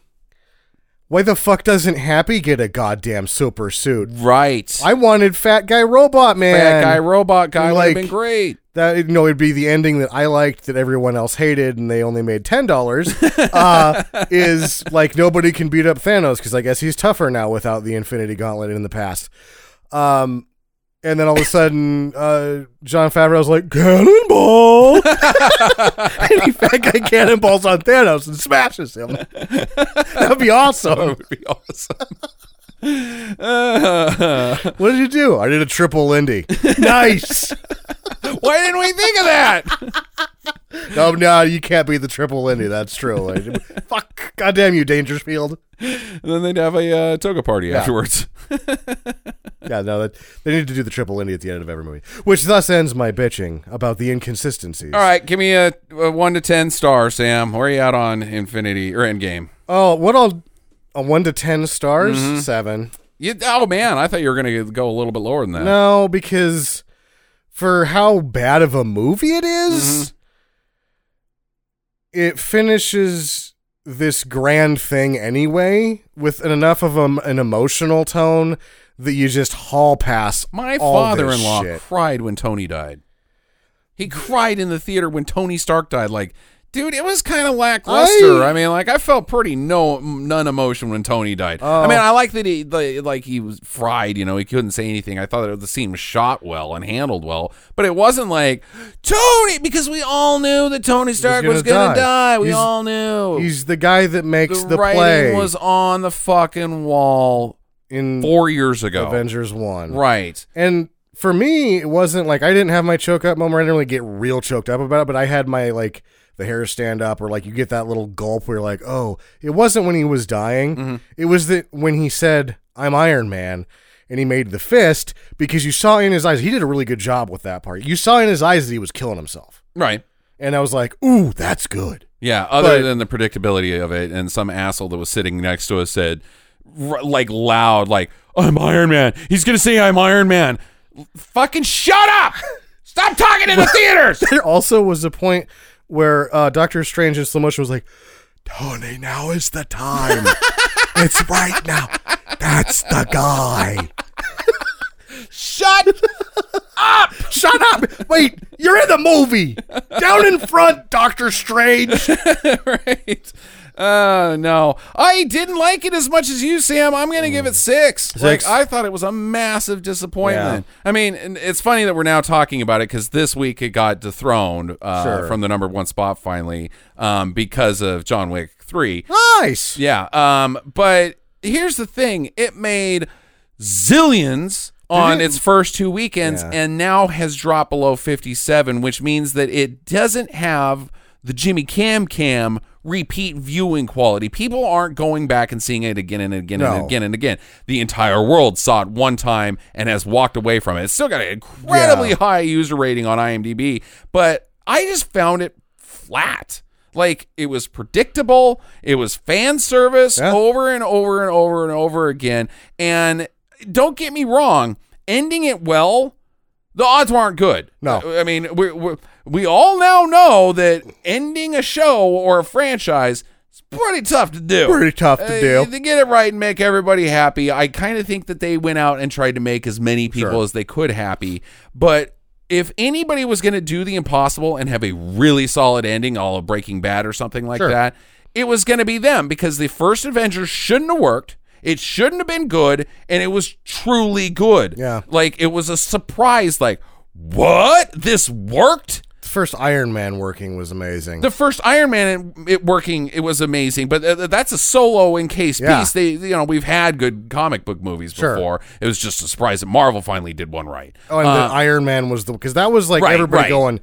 S6: Why the fuck doesn't Happy get a goddamn super suit?
S5: Right.
S6: I wanted Fat Guy Robot Man.
S5: that guy, robot guy, would
S6: like-
S5: have been great.
S6: that you know it'd be the ending that I liked that everyone else hated and they only made ten dollars uh, is like nobody can beat up Thanos because I guess he's tougher now without the Infinity Gauntlet in the past. Um, and then all of a sudden, uh, John Favreau's like cannonball, <laughs> and he fat guy cannonballs on Thanos and smashes him. <laughs> That'd be
S5: That
S6: awesome.
S5: would <laughs> be awesome. Uh,
S6: What did you do? I did a triple Lindy. Nice.
S5: why didn't we think of that?
S6: No, Oh, no, you can't beat the triple Lindy. That's true. Like, <laughs> fuck, goddamn you, Dangersfield.
S5: And then they'd have a uh, toga party afterwards.
S6: Yeah, no, that, they need to do the triple Lindy at the end of every movie, which thus ends my bitching about the inconsistencies.
S5: All right, give me a, a one to ten star, Sam. Where are you out on Infinity or Endgame?
S6: Oh, what all? A one to ten stars,
S5: Mm-hmm.
S6: seven.
S5: You, oh man, I thought you were gonna go a little bit lower than that.
S6: No, because for how bad of a movie it is,
S5: Mm-hmm.
S6: it finishes this grand thing anyway with enough of um, an emotional tone that you just haul past.
S5: My
S6: all this
S5: father-in-law
S6: shit.
S5: cried when Tony died. He cried in the theater when Tony Stark died. Like, dude, it was kind of lackluster. I,
S6: I-
S5: mean, like, I felt pretty no none emotion when Tony died.
S6: Oh.
S5: I mean, I like that he the, like he was fried. You know, he couldn't say anything. I thought that the scene was shot well and handled well, but it wasn't like Tony because we all knew that Tony Stark
S6: gonna
S5: was gonna die.
S6: die.
S5: We
S6: He's-
S5: all knew.
S6: He's the guy that makes
S5: the,
S6: the,
S5: writing
S6: play
S5: was on the fucking wall
S6: in
S5: four years ago.
S6: Avengers One,
S5: Right.
S6: And for me, it wasn't like I didn't have my choke up moment. I didn't really get real choked up about it, but I had my like the hair stand up, or like you get that little gulp where you're like, oh, it wasn't when he was dying. It was that when he said, "I'm Iron Man." And he made the fist because you saw in his eyes, he did a really good job with that part. You saw in his eyes that he was killing himself.
S5: Right.
S6: And I was like, ooh, that's good.
S5: Yeah, other
S6: But-
S5: than the predictability of it, and some asshole that was sitting next to us said, r- like loud, like "I'm Iron Man." He's gonna say "I'm Iron Man." Fucking shut up! Stop talking in the <laughs> theaters.
S6: There also was a point where uh, Doctor Strange in slow motion was like, Tony, now is the
S5: <laughs>
S6: time. it's right now. That's the guy.
S5: Shut
S6: Shut up. Wait, you're in the movie. Down in front, Doctor
S5: <laughs>
S6: Strange.
S5: right. Uh no, I didn't like it as much as you, Sam. I'm gonna give it six. Like
S6: Six.
S5: I thought it was a massive disappointment. I mean, and it's funny that we're now talking about it because this week it got dethroned uh,
S6: Sure.
S5: from the number one spot finally um, because of John Wick three.
S6: Nice.
S5: Yeah. Um, but here's the thing: it made zillions on its first two weekends,
S6: Yeah.
S5: and now has dropped below 57, which means that it doesn't have the Jimmy Cam Cam repeat viewing quality. People aren't going back and seeing it again and again and
S6: No.
S5: again and again. The entire world saw it one time and has walked away from it. It's still got an incredibly
S6: Yeah.
S5: high user rating on IMDb, but I just found it flat. Like it was predictable, it was fan service
S6: Yeah.
S5: over and over and over and over again. And don't get me wrong, ending it well, the odds weren't good.
S6: No.
S5: I I mean, we we we all now know that ending a show or a franchise It's pretty tough to do.
S6: Pretty tough to
S5: Uh,
S6: do.
S5: To get it right and make everybody happy. I kind of think that they went out and tried to make as many people
S6: Sure.
S5: as they could happy. But if anybody was going to do the impossible and have a really solid ending, all of Breaking Bad or something like
S6: Sure.
S5: that, it was going to be them because the first Avengers shouldn't have worked. It shouldn't have been good, and it was truly good.
S6: Yeah.
S5: Like it was a surprise, like, what? This worked?
S6: The first Iron Man working was amazing.
S5: the first Iron Man it, it working it was amazing, but uh, that's a solo in case
S6: Yeah.
S5: piece. They you know we've had good comic book movies
S6: Sure.
S5: before. It was just a surprise that Marvel finally did one right.
S6: oh, and then Iron Man was the because that was like
S5: uh, right,
S6: everybody
S5: right.
S6: going,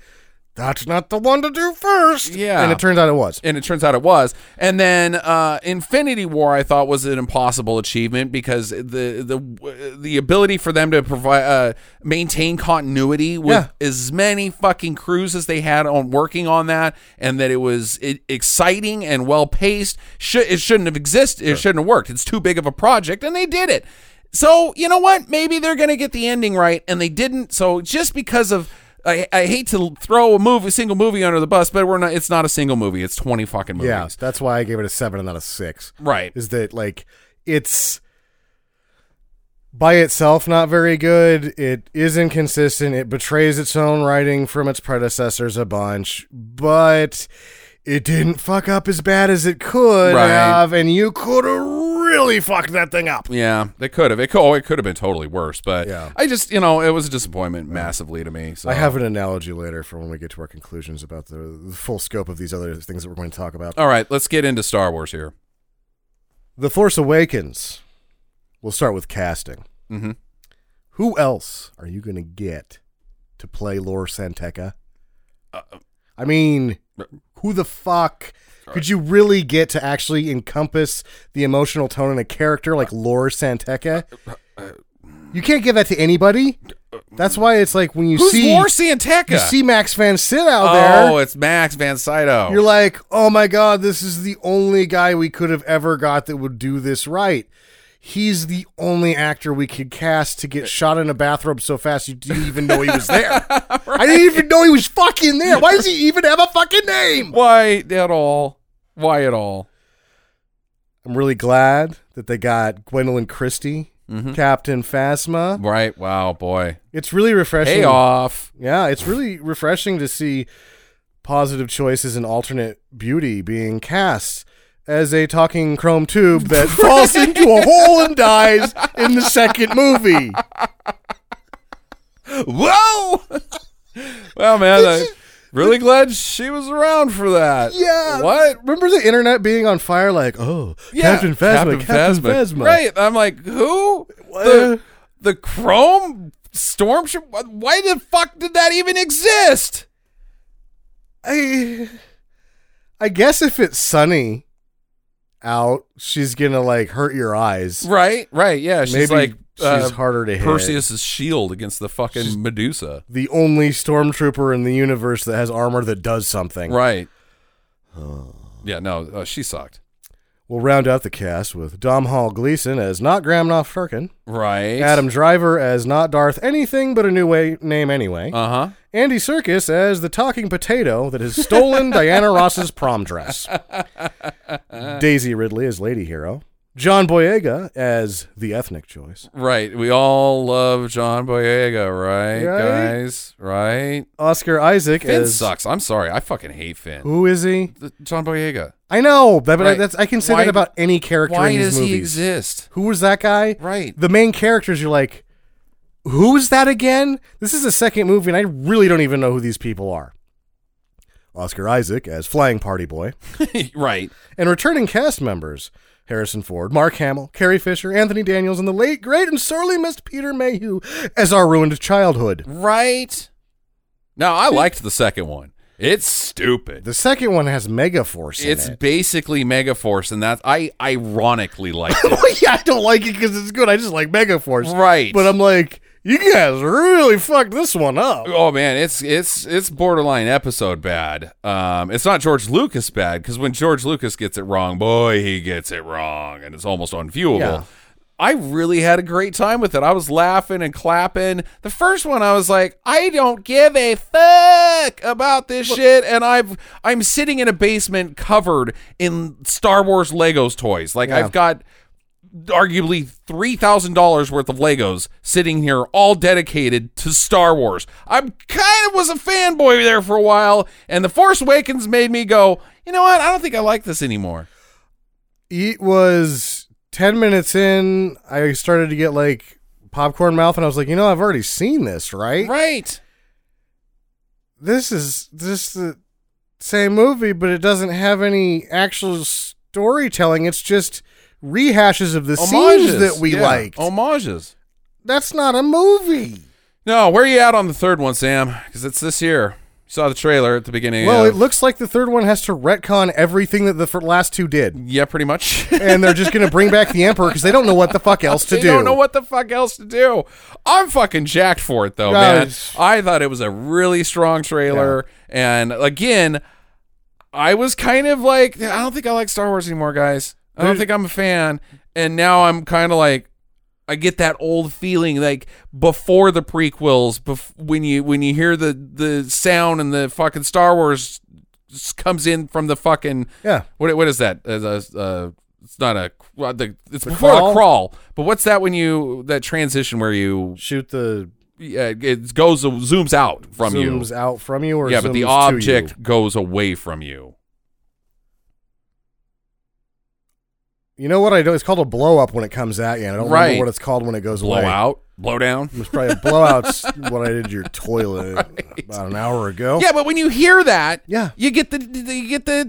S6: "That's not the one to do first.
S5: Yeah.
S6: and it turns out it was.
S5: and it turns out it was. And then uh, Infinity War, I thought was an impossible achievement because the the the ability for them to provide uh, maintain continuity with
S6: Yeah.
S5: as many fucking crews as they had on working on that, and that it was i exciting and well paced. Should it shouldn't have existed? It shouldn't have worked. It's too big of a project, and they did it. So you know what? Maybe they're gonna get the ending right, and they didn't. So just because of I, I hate to throw a movie, single movie under the bus, but we're not. It's not a single movie. It's twenty fucking movies.
S6: Yeah, that's why I gave it a seven and not a six.
S5: Right.
S6: Is that like it's by itself not very good. It is inconsistent. It betrays its own writing from its predecessors a bunch, but it didn't fuck up as bad as it could
S5: Right.
S6: have, and you could have really fucked that thing up.
S5: Yeah, they could have. It could, oh, it could have been totally worse, but
S6: Yeah.
S5: I just, you know, it was a disappointment massively to me. So
S6: I have an analogy later for when we get to our conclusions about the, the full scope of these other things that we're going to talk about.
S5: All right, let's get into Star Wars here.
S6: The Force Awakens. We'll start with casting.
S5: Mhm.
S6: Who else are you going to get to play Laura Santeca?
S5: Uh,
S6: I mean, who the fuck could you really get to actually encompass the emotional tone in a character like Laura Santeca?
S5: Uh,
S6: You can't give that to anybody. That's why it's like when you
S5: Who's
S6: see
S5: Laura Santeca?
S6: you see Max Van Sit out there.
S5: oh, it's Max Van Sydow.
S6: You're like, oh my god, this is the only guy we could have ever got that would do this right. He's the only actor we could cast to get shot in a bathrobe so fast you didn't even know he was there. I didn't even know he was fucking there. Why does he even have a fucking name?
S5: Why at all? Why at all?
S6: I'm really glad that they got Gwendolyn Christie, Captain Phasma.
S5: Right? Wow, boy.
S6: It's really refreshing. <laughs>
S5: Payoff.
S6: Yeah, it's really refreshing to see positive choices and alternate beauty being cast as a talking chrome tube
S5: <laughs>
S6: that falls into a hole and dies in the second movie.
S5: Whoa! <laughs> well, man, I'm really glad she was around for that.
S6: Yeah.
S5: What?
S6: Remember the internet being on fire like, oh,
S5: Yeah,
S6: Captain Phasma, Captain, Phasma.
S5: Right. I'm like, who? The, the Chrome Stormtrooper? Why the fuck did that even exist?
S6: I, I guess if it's sunny out, she's going to like hurt your eyes.
S5: Right. Right. Yeah. She's
S6: Maybe
S5: like uh,
S6: she's harder to hit.
S5: Perseus's shield against the fucking Medusa.
S6: The only stormtrooper in the universe that has armor that does something.
S5: Right. yeah. No. Uh, she sucked.
S6: We'll round out the cast with Dom Hall Gleason as not Gramnoff Firkin,
S5: Right.
S6: Adam Driver as not Darth anything but a new way name anyway,
S5: Uh huh.
S6: Andy Serkis as the talking potato that has stolen
S5: <laughs>
S6: Diana Ross's prom dress, Daisy Ridley as Lady Hero, John Boyega as the ethnic choice,
S5: Right. We all love John Boyega, right,
S6: Right?
S5: guys? Right.
S6: Oscar Isaac
S5: Finn
S6: as
S5: sucks. I'm sorry. I fucking hate Finn.
S6: who is he?
S5: The- John Boyega.
S6: I know, but but
S5: Right.
S6: that's I can say
S5: Why-
S6: that about any character
S5: Why
S6: in these
S5: does
S6: movies.
S5: he
S6: <laughs>
S5: exist?
S6: who was that guy?
S5: Right.
S6: The main characters, you're like, who's that again? This is the second movie, and I really don't even know who these people are. Oscar Isaac as Flying Party Boy,
S5: <laughs> right.
S6: and returning cast members Harrison Ford, Mark Hamill, Carrie Fisher, Anthony Daniels, and the late, great, and sorely missed Peter Mayhew as our ruined childhood.
S5: Right. No, I liked the second one. It's stupid.
S6: The second one has Mega Force in
S5: It's
S6: it. <laughs>
S5: basically Megaforce, and that I ironically
S6: <laughs>
S5: liked it.
S6: Well, yeah, I don't like it because it's good. I just like Mega Force.
S5: Right.
S6: But I'm like, you guys really fucked this one up.
S5: Oh man, it's it's it's borderline episode bad. Um, it's not George Lucas bad because when George Lucas gets it wrong, boy, he gets it wrong, and it's almost unviewable. I really had a great time with it. I was laughing and clapping. The first one, I was like, I don't give a fuck about this shit, and I've I'm sitting in a basement covered in Star Wars Legos toys. Like I've got arguably three thousand dollars worth of Legos sitting here, all dedicated to Star Wars. I kind of was a fanboy there for a while, and the Force Awakens made me go, you know what? I don't think I like this anymore.
S6: It was 10 minutes in. I started to get like popcorn mouth, and I was like, you know, I've already seen this, right?
S5: Right.
S6: This is just the same movie, but it doesn't have any actual storytelling. It's just rehashes of the scenes that we
S5: yeah,
S6: liked.
S5: Homages.
S6: That's not a movie.
S5: No, where are you at on the third one, Sam? Because it's this year. You saw the trailer at the beginning.
S6: Well,
S5: of-
S6: it looks like the third one has to retcon everything that the fir- last two did.
S5: yeah, pretty
S6: <laughs>
S5: much.
S6: And they're just going to bring back the Emperor because they don't know what the fuck else to
S5: they
S6: do.
S5: don't know what the fuck else to do. I'm fucking jacked for it though,
S6: Nice.
S5: man. I thought it was a really strong trailer, and again, I was kind of like, I don't think I like Star Wars anymore, guys. I don't think I'm a fan, and now I'm kind of like. I get that old feeling like before the prequels, bef- when you when you hear the the sound and the fucking Star Wars s- comes in from the fucking
S6: Yeah.
S5: What what is that? Uh, the, uh, it's not a well, the, it's before the
S6: crawl?
S5: crawl. But what's that when you that transition where you
S6: Shoot the
S5: uh, it goes zooms out from you?
S6: zooms out from you, or
S5: yeah, but the
S6: zooms to you.
S5: object goes away from you.
S6: You know what I do? It's called a blow up when it comes at you. And I don't
S5: Right.
S6: remember what it's called when it goes
S5: Blow
S6: away.
S5: out, blow down.
S6: It was probably a
S5: <laughs>
S6: blowout's what I did to your toilet about an hour ago.
S5: Yeah, but when you hear that,
S6: Yeah.
S5: you get the you get the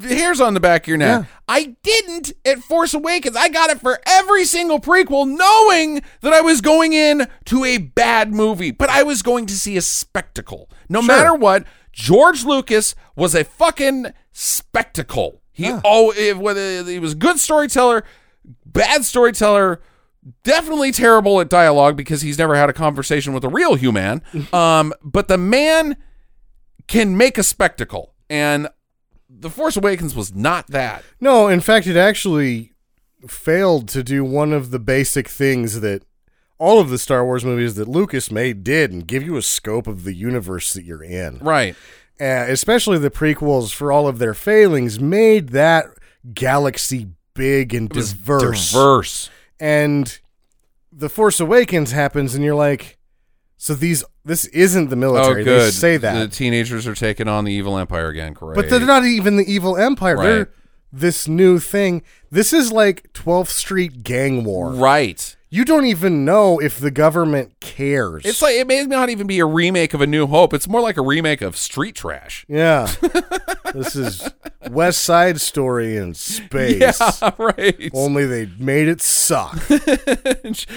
S5: hairs on the back of your neck.
S6: Yeah.
S5: I didn't at Force Awakens. I got it for every single prequel, knowing that I was going in to a bad movie, but I was going to see a spectacle. No matter what, George Lucas was a fucking spectacle. He oh, if- whether he was a good storyteller, bad storyteller. Definitely terrible at dialogue because he's never had a conversation with a
S6: <laughs>
S5: real human. Um, but the man can make a spectacle. And The Force Awakens was not that.
S6: No, in fact, it actually failed to do one of the basic things that all of the Star Wars movies that Lucas made did and give you a scope of the universe that you're in.
S5: Right.
S6: Uh, especially the prequels, for all of their failings, made that galaxy big and diverse.
S5: Diverse.
S6: and the Force Awakens happens, and you're like, so these this isn't the
S5: Oh,
S6: military. They
S5: good.
S6: say
S5: The
S6: that,
S5: teenagers are taking on the evil empire again, correct?
S6: but they're not even the evil empire.
S5: Right.
S6: They're this new thing. This is like 12th Street gang war.
S5: Right.
S6: You don't even know if the government cares.
S5: It's like, it may not even be a remake of A New Hope. It's more like a remake of Street Trash. <laughs>
S6: yeah, this is West Side Story in space.
S5: <laughs> Yeah, right.
S6: Only they made it suck.
S5: <laughs>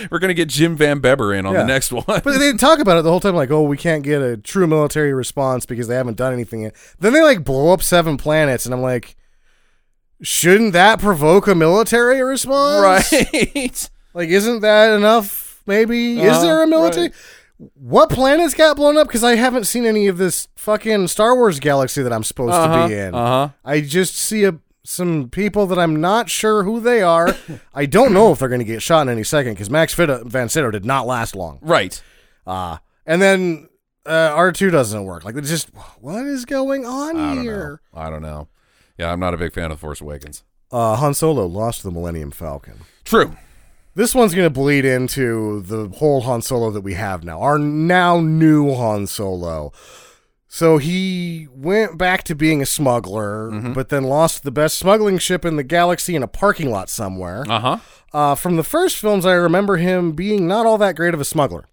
S5: We're going to get Jim Van Beber in on
S6: Yeah.
S5: the next one.
S6: But
S5: <laughs>
S6: they didn't talk about it the whole time. Like, oh, we can't get a true military response because they haven't done anything yet. Then they like blow up seven planets, and I'm like, shouldn't that provoke a military response?
S5: right.
S6: <laughs>
S5: <laughs>
S6: Like, isn't that enough? Maybe is
S5: Uh,
S6: there a military?
S5: right.
S6: What planets got blown up? Because I haven't seen any of this fucking Star Wars galaxy that I'm supposed to be in.
S5: Uh-huh.
S6: I just see a, some people that I'm not sure who they
S5: <laughs>
S6: are. I don't know if they're going to get shot in any second because Max Fita- Van Sitter did not last long.
S5: Right.
S6: Uh, and then uh, R2 doesn't work. Like, it's just, what is going on
S5: I don't know.
S6: here?
S5: I don't know. Yeah, I'm not a big fan of The Force Awakens.
S6: Uh, Han Solo lost the Millennium Falcon.
S5: True.
S6: This one's going to bleed into the whole Han Solo that we have now, our now new Han Solo. So he went back to being a smuggler,
S5: Mm-hmm.
S6: but then lost the best smuggling ship in the galaxy in a parking lot somewhere.
S5: Uh huh.
S6: Uh, from the first films, I remember him being not all that great of a smuggler.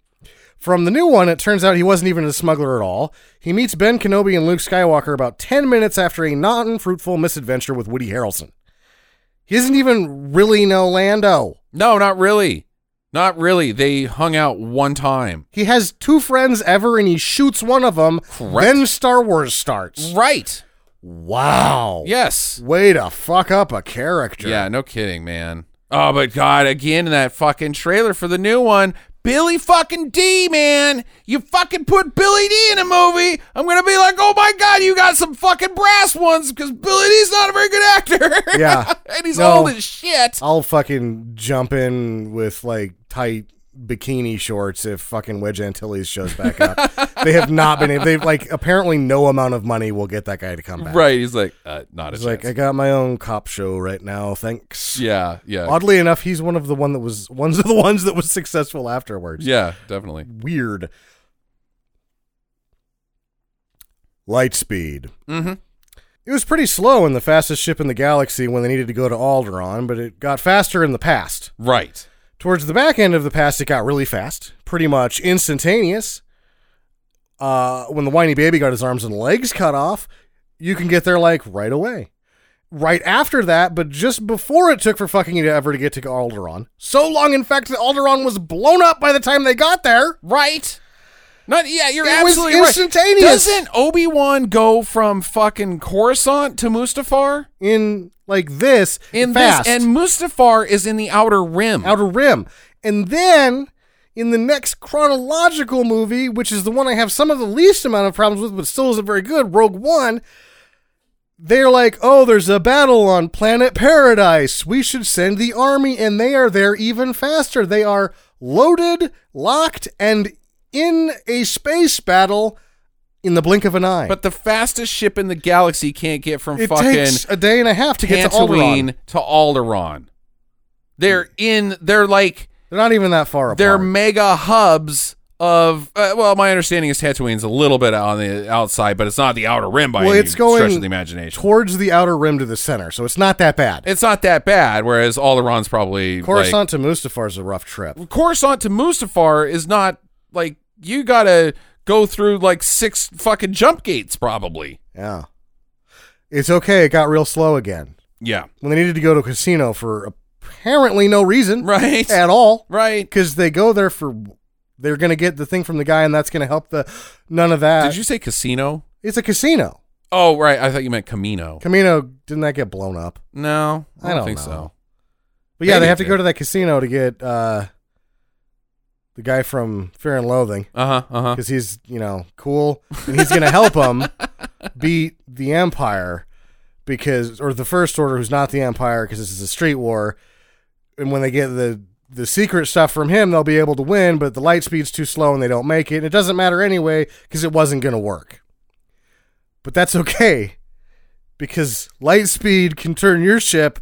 S6: From the new one, it turns out he wasn't even a smuggler at all. He meets Ben Kenobi and Luke Skywalker about 10 minutes after a non fruitful misadventure with Woody Harrelson. He doesn't even really know Lando.
S5: No, not really. Not really. They hung out one time.
S6: He has two friends ever and he shoots one of them.
S5: Correct.
S6: Then Star Wars starts.
S5: Right.
S6: Wow.
S5: Yes.
S6: Way to fuck up a character.
S5: Yeah, no kidding, man. Oh, but God, again, that fucking trailer for the new one, Billy fucking D, man. You fucking put Billy D in a movie. I'm going to be like, oh my God, you got some fucking brass ones because Billy D's not a very good actor.
S6: Yeah.
S5: <laughs> and he's
S6: No.
S5: old as shit.
S6: I'll fucking jump in with like tight bikini shorts if fucking Wedge Antilles shows back up.
S5: <laughs>
S6: they have not been. They have like apparently no amount of money will get that guy to come back.
S5: Right. He's like, uh, not a
S6: It's
S5: chance.
S6: like I got my own cop show right now. Thanks.
S5: yeah. Yeah.
S6: Oddly enough, he's one of the one that was one of the ones that was successful afterwards.
S5: yeah, definitely.
S6: Weird. Lightspeed.
S5: Mm-hmm.
S6: It was pretty slow in the fastest ship in the galaxy when they needed to go to Alderaan, but it got faster in the past.
S5: Right.
S6: Towards the back end of the past, it got really fast, pretty much instantaneous. Uh, when the whiny baby got his arms and legs cut off, you can get there like right away. Right after that, but just before it took for fucking you to ever to get to Alderon. So long, in fact, that Alderon was blown up by the time they got there.
S5: Right. Not yeah, you're
S6: It was
S5: absolutely
S6: instantaneous.
S5: Right. Doesn't Obi Wan go from fucking Coruscant to Mustafar
S6: In like this,
S5: in
S6: fast,
S5: this? And Mustafar is in the Outer Rim.
S6: Outer Rim, and then in the next chronological movie, which is the one I have some of the least amount of problems with, but still isn't very good, Rogue One. They're like, oh, there's a battle on planet Paradise. We should send the army, and they are there even faster. They are loaded, locked, and in a space battle in the blink of an eye.
S5: but the fastest ship in the galaxy can't get from
S6: it
S5: fucking
S6: takes a day and a half to get to Alderaan.
S5: Tatooine to Alderaan. They're in. They're like
S6: They're not even that far apart.
S5: they're mega hubs of. Uh, well, my understanding is Tatooine's a little bit on the outside, but it's not the Outer Rim by
S6: Well,
S5: any
S6: it's going
S5: stretch of the imagination.
S6: towards the outer rim to the center, so it's not that bad.
S5: it's not that bad. Whereas Alderaan's probably
S6: Coruscant
S5: like,
S6: to Mustafar is a rough trip.
S5: Coruscant to Mustafar is not like you gotta go through like six fucking jump gates probably.
S6: Yeah. It's okay. It got real slow again.
S5: Yeah.
S6: When they needed to go to a casino for apparently no reason
S5: <laughs> Right.
S6: at all,
S5: Right.
S6: because they go there for they're gonna get the thing from the guy, and that's gonna help the none of that.
S5: Did you say casino?
S6: it's a casino.
S5: Oh, right. I thought you meant Camino.
S6: Camino didn't that get blown up?
S5: No, I
S6: I
S5: don't,
S6: don't
S5: think
S6: know.
S5: so.
S6: But yeah,
S5: Maybe
S6: they
S5: it
S6: have to
S5: did.
S6: go to that casino to get uh the guy from Fear and Loathing
S5: Uh huh. Uh huh.
S6: because he's you know cool and he's gonna help him beat the empire because or the first order who's not the empire because this is a street war and when they get the the secret stuff from him they'll be able to win but the light speed's too slow and they don't make it and it doesn't matter anyway because it wasn't gonna work but that's okay because light speed can turn your ship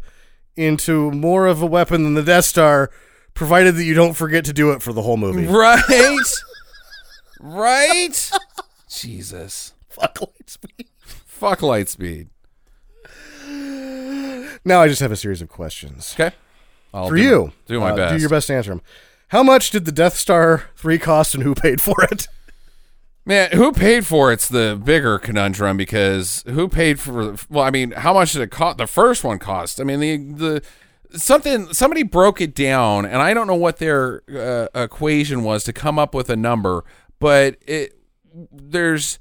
S6: into more of a weapon than the death star provided that you don't forget to do it for the whole movie
S5: Right.
S6: <laughs>
S5: right. Jesus.
S6: fuck light speed
S5: Fuck Lightspeed.
S6: Now I just have a series of questions
S5: Okay. I'll
S6: for
S5: do my-
S6: you.
S5: do my
S6: Uh,
S5: best.
S6: Do your best to answer them. How much did the Death Star three cost, and who paid for it?
S5: Man, who paid for it's the bigger conundrum because who paid for? Well, I mean, how much did it cost? The first one cost. I mean, the the something somebody broke it down, and I don't know what their uh, equation was to come up with a number, but it there's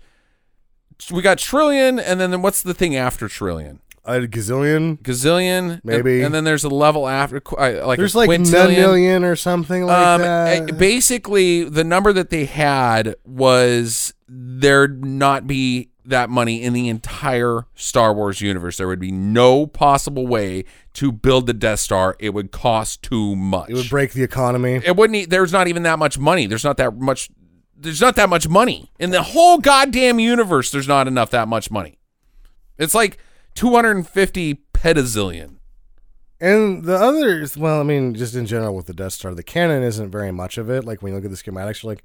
S5: we got trillion, and then what's the thing after trillion?
S6: <laughs> A gazillion.
S5: Gazillion, and-
S6: Maybe.
S5: and, then there's a level after qu- uh, like
S6: There's
S5: a
S6: like nine
S5: quintillion.
S6: million or something like
S5: Um,
S6: that.
S5: uh, basically, the number that they had was there'd not be that money in the entire Star Wars universe. There would be no possible way to build the Death Star. It would cost too much.
S6: it would break the economy.
S5: It wouldn't. e- There's not even that much money. There's not that much. There's not that much money in the whole goddamn universe. There's not enough that much money. It's like 250 petazillion.
S6: And the others, well, I mean, just in general with the Death Star, the canon isn't very much of it. Like when you look at the schematics, you're like,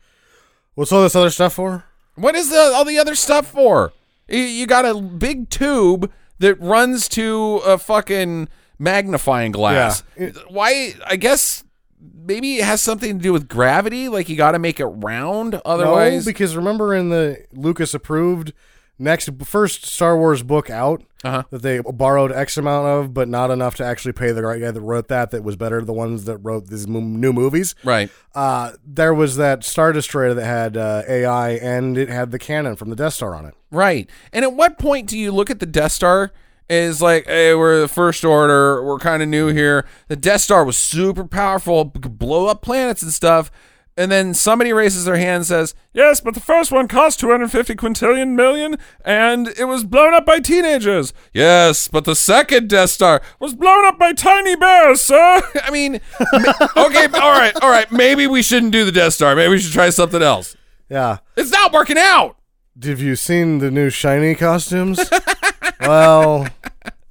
S6: what's all this other stuff for?
S5: What is the all the other stuff for? You, you got a big tube that runs to a fucking magnifying glass.
S6: Yeah. It-
S5: Why? I guess maybe it has something to do with gravity. Like you got to make it round, otherwise.
S6: no, because remember in the Lucas approved next first Star Wars book out
S5: Uh-huh.
S6: that they borrowed X amount of, but not enough to actually pay the right guy that wrote that. That was better than the ones that wrote these mo- new movies.
S5: right.
S6: Uh, there was that Star Destroyer that had uh, AI and it had the cannon from the Death Star on it.
S5: Right. And at what point do you look at the Death Star as like, hey, we're the first order, we're kind of new here. The Death Star was super powerful, b- could blow up planets and stuff.
S7: And then somebody raises their hand and says, Yes, but the first one cost 250 quintillion million and it was blown up by teenagers.
S5: Yes, but the second Death Star
S7: Was blown up by tiny bears, sir.
S5: <laughs> I mean, ma- okay, all right, all right. Maybe we shouldn't do the Death Star. Maybe we should try something else.
S6: Yeah.
S5: It's not working out.
S6: Have you seen the new shiny costumes? <laughs> well,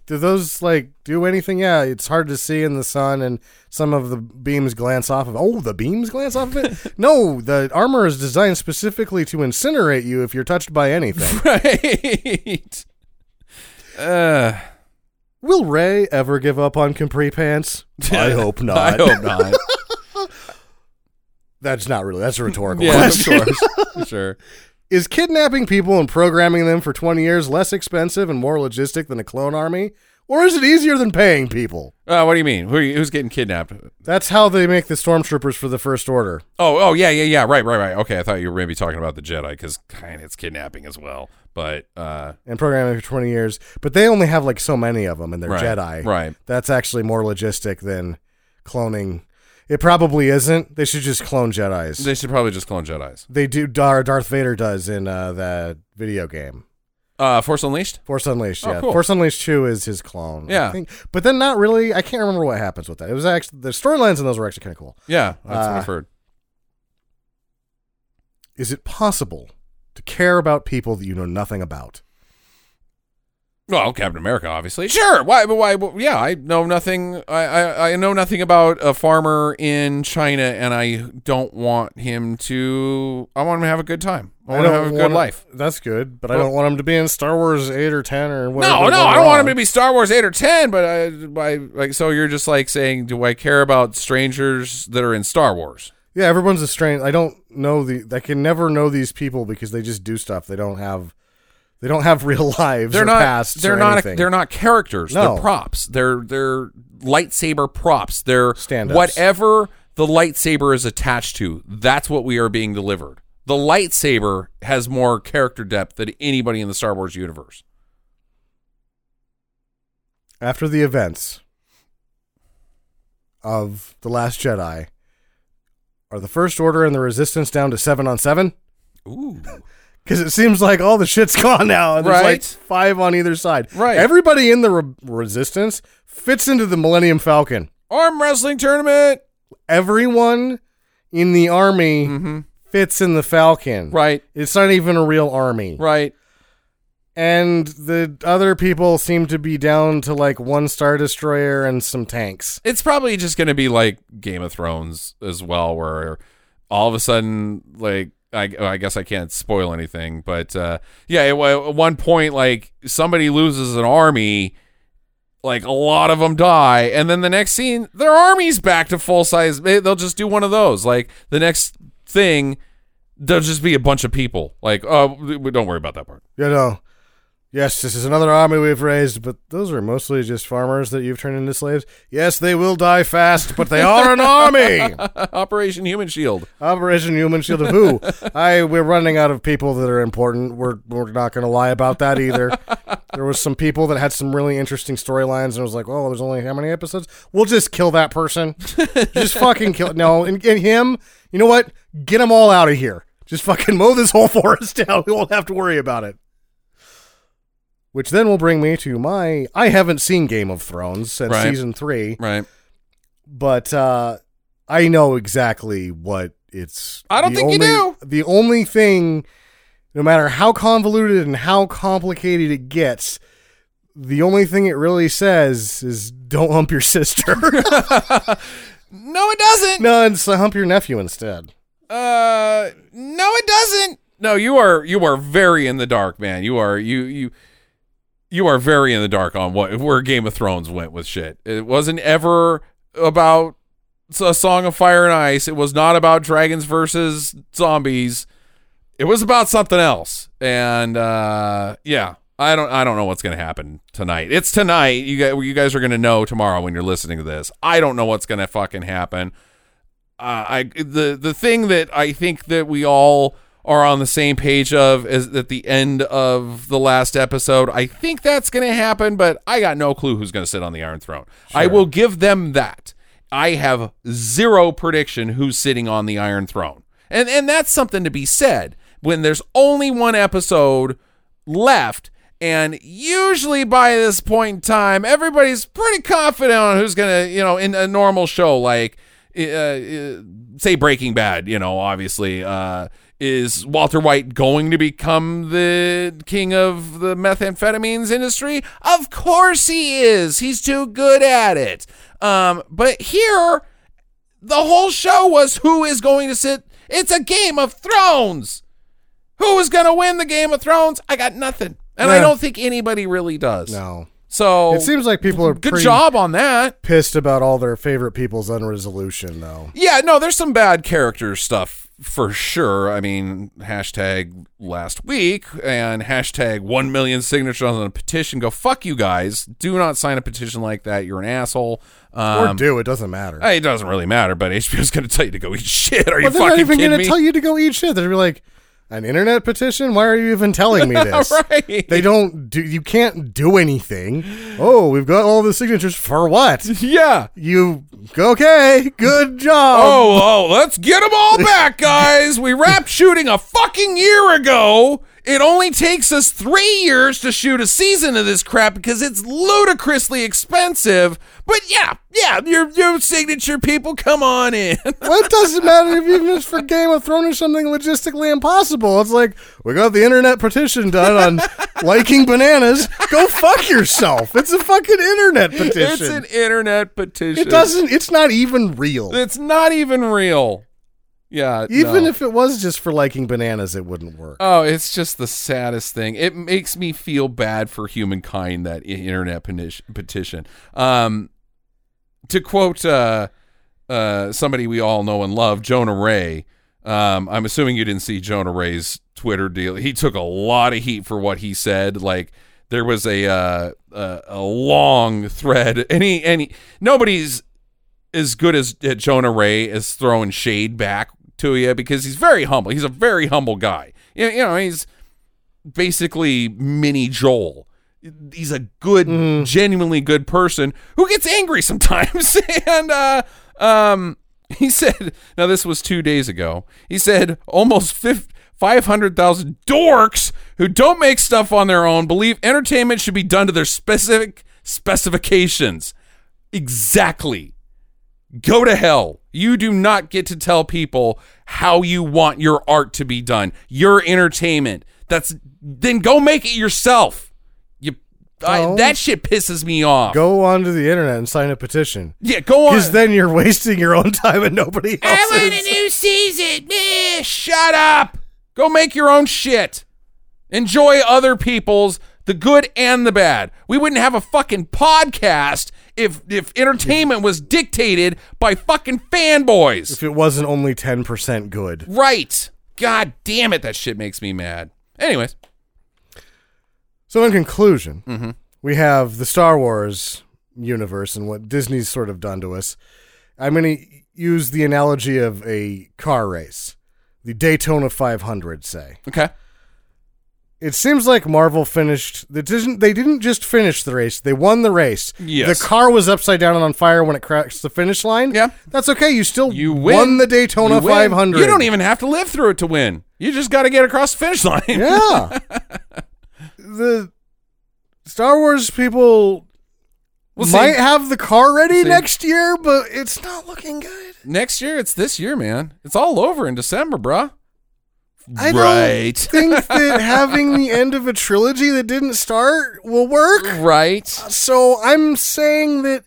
S6: do those like do anything? Yeah, it's hard to see in the sun, and some of the beams glance off of. Oh, the beams glance off of <laughs> it. no, the armor is designed specifically to incinerate you if you're touched by <laughs> anything.
S5: <laughs> Right. Uh,
S6: Will Ray ever give up on capri pants? <laughs> I hope not.
S5: I hope not.
S6: <laughs> That's not really. That's a rhetorical
S5: yeah, of
S6: <laughs> question.
S5: course. Sure.
S6: Is kidnapping people and programming them for 20 years less expensive and more logistic than a clone army? Or is it easier than paying people?
S5: Uh, what do you mean? Who are you, who's getting kidnapped?
S6: That's how they make the stormtroopers for the First Order.
S5: Oh, oh, yeah, yeah, yeah. Right, right, right. Okay, I thought you were maybe talking about the Jedi because kind of it's kidnapping as well. But uh,
S6: and programming for 20 years, but they only have like so many of them and they're
S5: Right,
S6: Jedi.
S5: right.
S6: That's actually more logistic than cloning. It probably isn't. They should just clone Jedis. They,
S5: they should probably just clone Jedi's.
S6: do Dar- Darth Vader does in uh, that video game.
S5: Uh, Force Unleashed.
S6: Force Unleashed,
S5: Oh,
S6: yeah.
S5: cool.
S6: Force Unleashed 2 is his clone. I
S5: Yeah.
S6: think. But then not really. I can't remember what happens with that. It was actually the storylines in those were actually kind of cool.
S5: Yeah, that's what
S6: Uh,
S5: I've heard.
S6: Is it possible to care about people that you know nothing about?
S5: Well, Captain America, obviously. Sure. Why? But why? well, yeah, I know nothing. I, I I know nothing about a farmer in China, and I don't want him to. I want him to have a good time. I want him to have a good
S6: wanna-
S5: life.
S6: That's good, but I
S5: Well-
S6: don't want him to be in Star Wars 8 or 10 or whatever.
S5: No,
S6: they're
S5: no, I don't
S6: on.
S5: want him to be Star Wars eight or ten. But I, I like so you're just like saying, do I care about strangers that are in Star Wars?
S6: Yeah, everyone's a strange. I don't know the. I can never know these people because they just do stuff. They don't have. They don't have <laughs> real lives.
S5: They're
S6: or
S5: not.
S6: Pasts
S5: they're
S6: or
S5: not.
S6: anything.
S5: They're not characters.
S6: No.
S5: They're props. They're they're lightsaber props. They're
S6: Stand-ups.
S5: whatever the lightsaber is attached to. That's what we are being delivered. The lightsaber has more character depth than anybody in the Star Wars universe.
S6: After the events of the Last Jedi, are the First Order and the Resistance down to seven on seven?
S5: Ooh,
S6: Because it seems like all the shit's <laughs> gone now, and there's like
S5: Right.
S6: five on either side.
S5: Right.
S6: Everybody in the re- Resistance fits into the Millennium Falcon.
S5: arm wrestling tournament.
S6: Everyone in the army fits in the Falcon.
S5: Mm-hmm. Right,
S6: It's not even a real army.
S5: right.
S6: And the other people seem to be down to like one star destroyer and some tanks.
S5: it's probably just going to be like Game of Thrones as well, where all of a sudden, like, I, oh, I guess I can't spoil anything, but uh, yeah, at wa- at one point, like, somebody loses an army, like, a lot of them die, and then the next scene, their army's back to full size. They- They'll just do one of those. Like, the next thing, there'll just be a bunch of people. Like, oh, we- we- don't worry about that part. <laughs>
S6: You know, yes, this is another army we've raised, but those are mostly just farmers that you've turned into slaves. Yes, they will die fast, but they are an army.
S5: Operation Human Shield.
S6: Operation Human Shield of who? I we're running out of people that are important. We're we're not going to lie about that either. there was some people that had some really interesting storylines, and I was like, oh, there's only how many episodes? We'll just kill that person. just fucking kill. No, and, and him. You know what? Get them all out of here. Just fucking mow this whole <laughs> forest down. We won't have to worry about it. Which then will bring me to my I haven't seen Game of Thrones since
S5: Right.
S6: season three,
S5: Right.
S6: but uh, I know exactly what it's.
S5: I don't
S6: the
S5: think you
S6: only- The only thing, no matter how convoluted and how complicated it gets, the only thing it really says is don't hump your <laughs> sister.
S5: No, it doesn't.
S6: no, it's uh, hump your nephew instead.
S5: Uh, no, it doesn't. No, you are you are very in the dark, man. You are you you you are very in the dark on what where Game of Thrones went with shit. It wasn't ever about a Song of Fire and Ice. It was not about dragons versus zombies. It was about something else. And uh, yeah, I don't I don't know what's gonna happen tonight. It's tonight. You guys you guys are gonna know tomorrow when you're listening to this. I don't know what's gonna fucking happen uh, I the the thing that I think that we all are on the same page of is at the end of the last episode. I think that's going to happen, but I got no clue who's going to sit on the Iron Throne. I will give them that. I have zero prediction who's sitting on the Iron Throne. And and that's something to be said when there's only one episode left and usually by this point in time everybody's pretty confident on who's going to, you know, in a normal show like uh, uh, say Breaking Bad, you know, obviously uh is Walter White going to become the king of the methamphetamines industry? Of course he is. He's too good at it. Um, but here, the whole show was who is going to sit. It's a Game of Thrones. Who is going to win the Game of Thrones? I got nothing, and I
S6: Yeah.
S5: don't think anybody really does.
S6: No.
S5: So
S6: It seems like people are
S5: Oh, good
S6: pretty
S5: job on that.
S6: pissed about all their favorite people's unresolution, though.
S5: Yeah, no, there's some bad character stuff for sure. I mean, hashtag last week and hashtag 1 million signatures on a petition. Go fuck you guys. Do not sign a petition like that. You're an asshole.
S6: or
S5: Um,
S6: do it doesn't matter.
S5: hey, it doesn't really matter, but HBO's going to tell you to go eat shit. Are you
S6: but they're
S5: fucking
S6: not even
S5: kidding
S6: gonna
S5: me?
S6: tell you to go eat shit. They're gonna be like, an internet petition? Why are you even telling
S5: <laughs>
S6: me this?
S5: Right.
S6: They don't do. You can't do anything. Oh, we've got all the signatures for what?
S5: yeah.
S6: You okay? Good job.
S5: Oh, oh, let's get them
S6: <laughs>
S5: all back, guys. We wrapped shooting a fucking year ago. It only takes us three years to shoot a season of this crap because it's ludicrously expensive. But yeah, yeah, your your signature people, come on in. <laughs>
S6: Well, it doesn't matter if even if it's for Game of Thrones or something logistically impossible. It's like we got the internet petition
S5: <laughs>
S6: done on liking bananas. Go fuck yourself. It's a fucking internet petition.
S5: it's an internet
S6: it
S5: petition.
S6: doesn't. It's not even real.
S5: It's not even real. Yeah.
S6: Even
S5: no.
S6: if it was just for liking bananas, it wouldn't work.
S5: Oh, it's just the saddest thing. It makes me feel bad for humankind that i- internet peti- petition. Um, to quote uh, uh, somebody we all know and love, Jonah Ray. Um, I'm assuming you didn't see Jonah Ray's Twitter deal. He took a lot of heat for what he said. Like there was a uh, a, a long thread. <laughs> Any any nobody's as good as at Jonah Ray as throwing shade back to you because he's very humble. He's a very humble guy. You you know, he's basically mini Joel. He's a good, genuinely good person who gets angry <laughs> sometimes. and uh, um, he said, now this was two days ago. He said almost fif- 500,000 dorks who don't make stuff on their own believe entertainment should be done to their specific specifications. Exactly go to hell. You do not get to tell people how you want your art to be done. Your entertainment. That's then go make it yourself. You I,
S6: No.
S5: that shit pisses me off.
S6: Go onto the internet and sign a petition.
S5: yeah, go on.
S6: Because then you're <laughs> wasting your own time and nobody
S5: I want
S6: else's.
S5: a new season. Eh, shut up. Go make your own shit. Enjoy other people's the good and the bad. We wouldn't have a fucking podcast if if entertainment was dictated by fucking fanboys.
S6: If it wasn't only 10% good.
S5: Right. God damn it, that shit makes me mad. Anyways,
S6: So, in conclusion, we have the Star Wars universe and what Disney's sort of done to us. I'm going to use the analogy of a car race, the Daytona 500, say.
S5: okay.
S6: it seems like Marvel finished. They didn't. They didn't just finish the race. They won the race.
S5: Yes.
S6: The car was upside down and on fire when it crashed the finish line.
S5: Yeah.
S6: That's okay. You still
S5: You win.
S6: won the Daytona
S5: You win.
S6: 500.
S5: You don't even have to live through it to win. You just got to get across the finish line.
S6: <laughs> Yeah. the Star Wars people
S5: We'll see.
S6: might have the car ready
S5: see.
S6: next year, but it's not looking good.
S5: <laughs> Next year, it's this year, man. It's all over in December, bruh.
S6: I
S5: Right.
S6: don't think that having the end of a trilogy that didn't start will work.
S5: Right. <laughs>
S6: So I'm saying that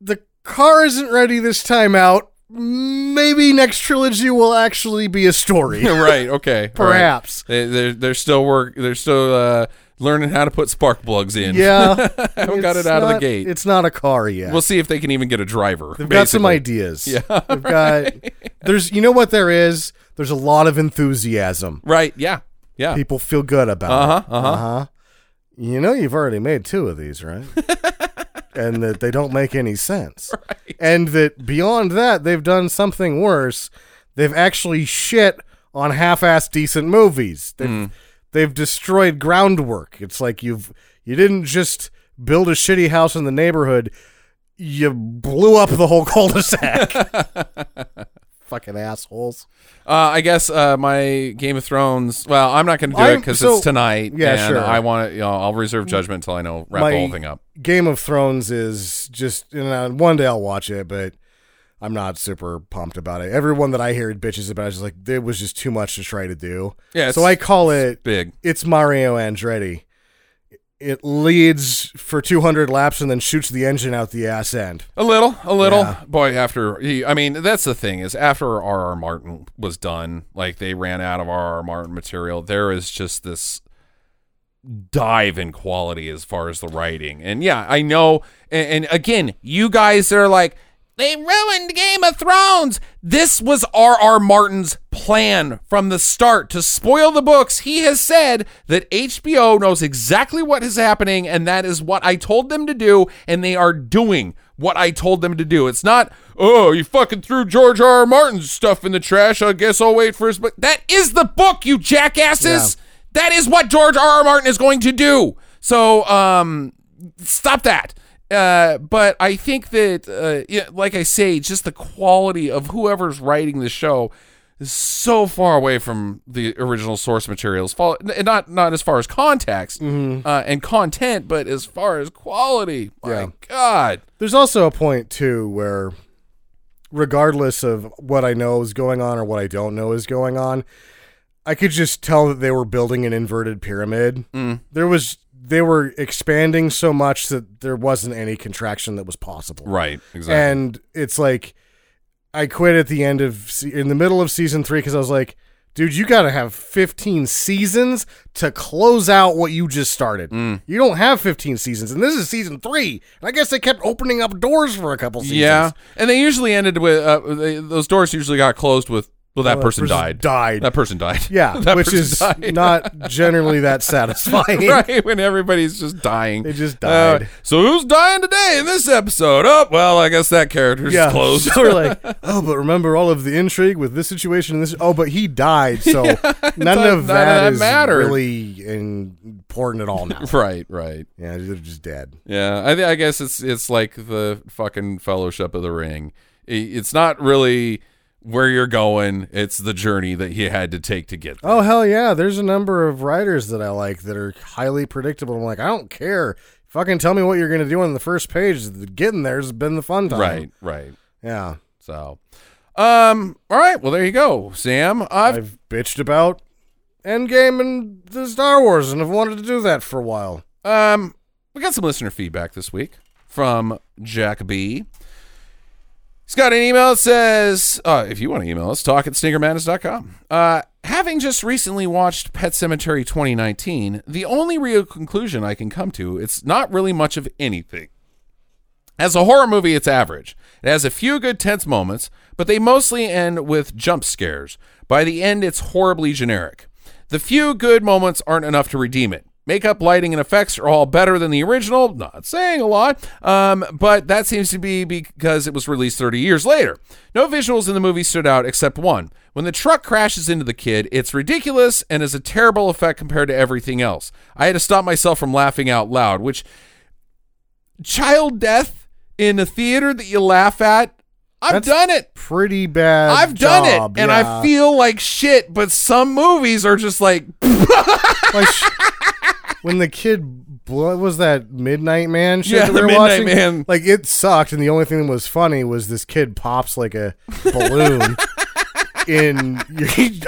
S6: the car isn't ready this time out. Maybe next trilogy will actually be a story.
S5: <laughs> right. Okay. All right.
S6: Perhaps.
S5: They, they're, they're still work. They're still uh, learning how to put spark plugs in.
S6: Yeah.
S5: <laughs> haven't got
S6: It's
S5: it out of the
S6: not-
S5: gate.
S6: It's not a car yet.
S5: We'll see if they can even get a driver.
S6: They've got some
S5: basically.
S6: ideas.
S5: Yeah,
S6: They've
S5: <laughs>
S6: got there's you know what there is? There's a lot of enthusiasm.
S5: Right. Yeah. Yeah.
S6: People feel good about
S5: Uh-huh,
S6: it.
S5: uh-huh.
S6: Uh-huh. You know you've already made two of these,
S5: <laughs>
S6: right? and that they don't make any sense. And that beyond that, they've done something worse. They've actually shit on half-ass decent movies. They've
S5: Hmm.
S6: they've destroyed groundwork. It's like you've you didn't just build a shitty house in the neighborhood. you blew up the whole <laughs>
S5: <laughs>
S6: cul-de-sac. Fucking assholes.
S5: Uh, I guess uh, my Game of Thrones. Well, I'm not going to do it
S6: I'm-
S5: because
S6: so-
S5: it's tonight.
S6: yeah,
S5: and
S6: sure.
S5: I want to. You know, I'll reserve judgment until I know wrap the whole thing up.
S6: Game of Thrones is just, and uh, one day I'll watch it, but I'm not super pumped about it. Everyone that I heard bitches about is like, it was just too much to try to do.
S5: Yeah,
S6: So
S5: it's-
S6: I call it,
S5: Big.
S6: it's Mario Andretti. It leads for 200 laps and then shoots the engine out the ass end.
S5: A little, a little.
S6: Yeah.
S5: Boy, after he, I mean, that's the thing is after R.R. Martin was done, like they ran out of R.R. Martin material. There is just this dive in quality as far as the writing. And yeah, I know. And, and again, you guys that are like, they ruined Game of Thrones. This was R.R. Martin's plan from the start to spoil the books. He has said that HBO knows exactly what is happening, and that is what I told them to do, and they are doing what I told them to do. It's not, oh, you fucking threw George R. R. Martin's stuff in the trash. I guess I'll wait for his book. That is the book, you jackasses. That is what George R. R. Martin is going to do. So, um, stop that. Uh, but I think that, uh, yeah, like I say, just the quality of whoever's writing the show is so far away from the original source materials. Fol- n- Not not as far as context uh, and content, but as far as quality. My
S6: Yeah.
S5: God.
S6: There's also a point too where regardless of what I know is going on or what I don't know is going on, I could just tell that they were building an inverted pyramid. There was they were expanding so much that there wasn't any contraction that was possible.
S5: Right. Exactly.
S6: And it's like I quit at the end of se- in the middle of season 3 cuz I was like, dude, you got to have 15 seasons to close out what you just started.
S5: Mm.
S6: You don't have 15 seasons and this is season 3. And I guess they kept opening up doors for a couple seasons.
S5: Yeah, and they usually ended with uh, they, those doors usually got closed with well
S6: Well, Oh,
S5: that
S6: that
S5: person,
S6: person
S5: died
S6: died.
S5: that person died
S6: Yeah,
S5: <laughs> That
S6: which
S5: person
S6: is <laughs>
S5: died. <laughs>
S6: not generally that satisfying.
S5: right when everybody's just dying
S6: They just
S5: Uh,
S6: died.
S5: so who's dying today in this episode? Oh well, I guess that character's
S6: Yeah, <laughs>
S5: closed. <laughs>
S6: so we're like, oh, but remember all of the intrigue with this situation and this. Oh, but he died,
S5: <laughs>
S6: so none
S5: none
S6: of
S5: of
S6: that
S5: that
S6: is
S5: mattered.
S6: really important at all now.
S5: right, right.
S6: yeah, they're just dead.
S5: Yeah, I, thi- I guess it's it's like the fucking Fellowship of the Ring. I- It's not really where you're going; it's the journey that he had to take to get there.
S6: Oh hell yeah! There's a number of writers that I like that are highly predictable. I'm like, I don't care. Fucking tell me what you're gonna do on the first page. The Getting there's been the fun time.
S5: right, right.
S6: Yeah.
S5: So, um, all right. Well, there you go, Sam. I've
S6: I've bitched about Endgame and the Star Wars, and have wanted to do that for a while.
S5: Um, we got some listener feedback this week from Jack B. He's got an email that says, uh, if you want to email us, talk at stinkermadness.com. Uh, having just recently watched Pet Cemetery 2019, the only real conclusion I can come to, it's not really much of anything. As a horror movie, it's average. It has a few good tense moments, but they mostly end with jump scares. By the end, it's horribly generic. The few good moments aren't enough to redeem it. Makeup, lighting, and effects are all better than the original. Not saying a lot, um, but that seems to be because it was released 30 years later. No visuals in the movie stood out except one. When the truck crashes into the kid, it's ridiculous and is a terrible effect compared to everything else. I had to stop myself from laughing out loud, which child death in a theater that you laugh at. I've
S6: That's-
S5: done it.
S6: Pretty bad.
S5: I've done
S6: job,
S5: it, and
S6: yeah.
S5: I feel like shit. But some movies are just like,
S6: Like, sh- when the kid bl- what was that Midnight Man shit that
S5: Yeah, the
S6: we were
S5: Midnight
S6: watching?
S5: Man.
S6: Like it sucked, and the only thing that was funny was this kid pops like a balloon. In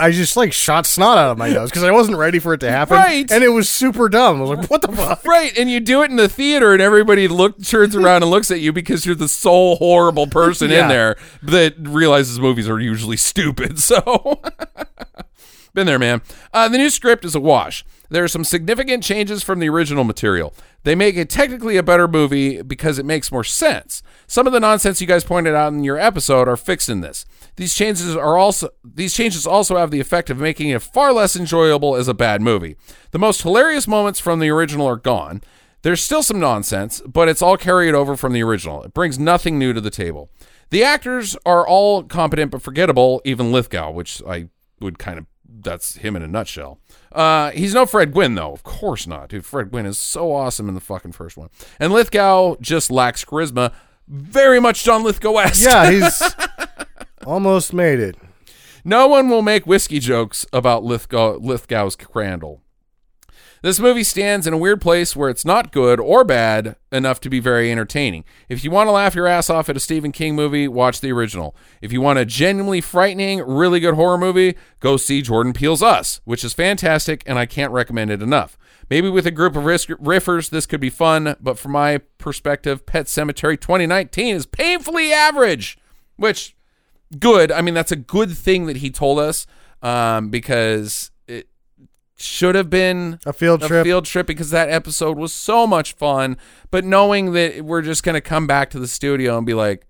S6: I just like shot snot out of my nose because I wasn't ready for it to happen,
S5: Right.
S6: And it was super dumb. I was like, "What the fuck?"
S5: right, and you do it in the theater, and everybody
S6: <laughs>
S5: look turns around and looks at you because you're the sole horrible person in
S6: Yeah.
S5: there that realizes movies are usually stupid. <laughs> So. Been there, man. Uh, the new script is a wash. There are some significant changes from the original material. They make it technically a better movie because it makes more sense. Some of the nonsense you guys pointed out in your episode are fixed in this. These changes are also these changes also have the effect of making it far less enjoyable as a bad movie. The most hilarious moments from the original are gone. There's still some nonsense, but it's all carried over from the original. It brings nothing new to the table. The actors are all competent but forgettable, even Lithgow, which I would kind of that's him in a nutshell. Uh, he's no Fred Gwynn though, of course not, dude. Fred Gwynn is so awesome in the fucking first one, and Lithgow just lacks charisma. very much John Lithgow esque.
S6: Yeah, he's almost made it.
S5: No one will make whiskey jokes about Lithgow, Lithgow's Crandall. This movie stands in a weird place where it's not good or bad enough to be very entertaining. If you want to laugh your ass off at a Stephen King movie, watch the original. If you want a genuinely frightening, really good horror movie, go see Jordan Peele's Us, which is fantastic and I can't recommend it enough. Maybe with a group of risk- riffers, this could be fun, but from my perspective, Pet Cemetery 2019 is painfully average, which good. I mean, that's a good thing that he told us um, because it should have been
S6: A field
S5: a
S6: trip.
S5: field trip because that episode was so much fun. But knowing that we're just gonna come back to the studio and be like,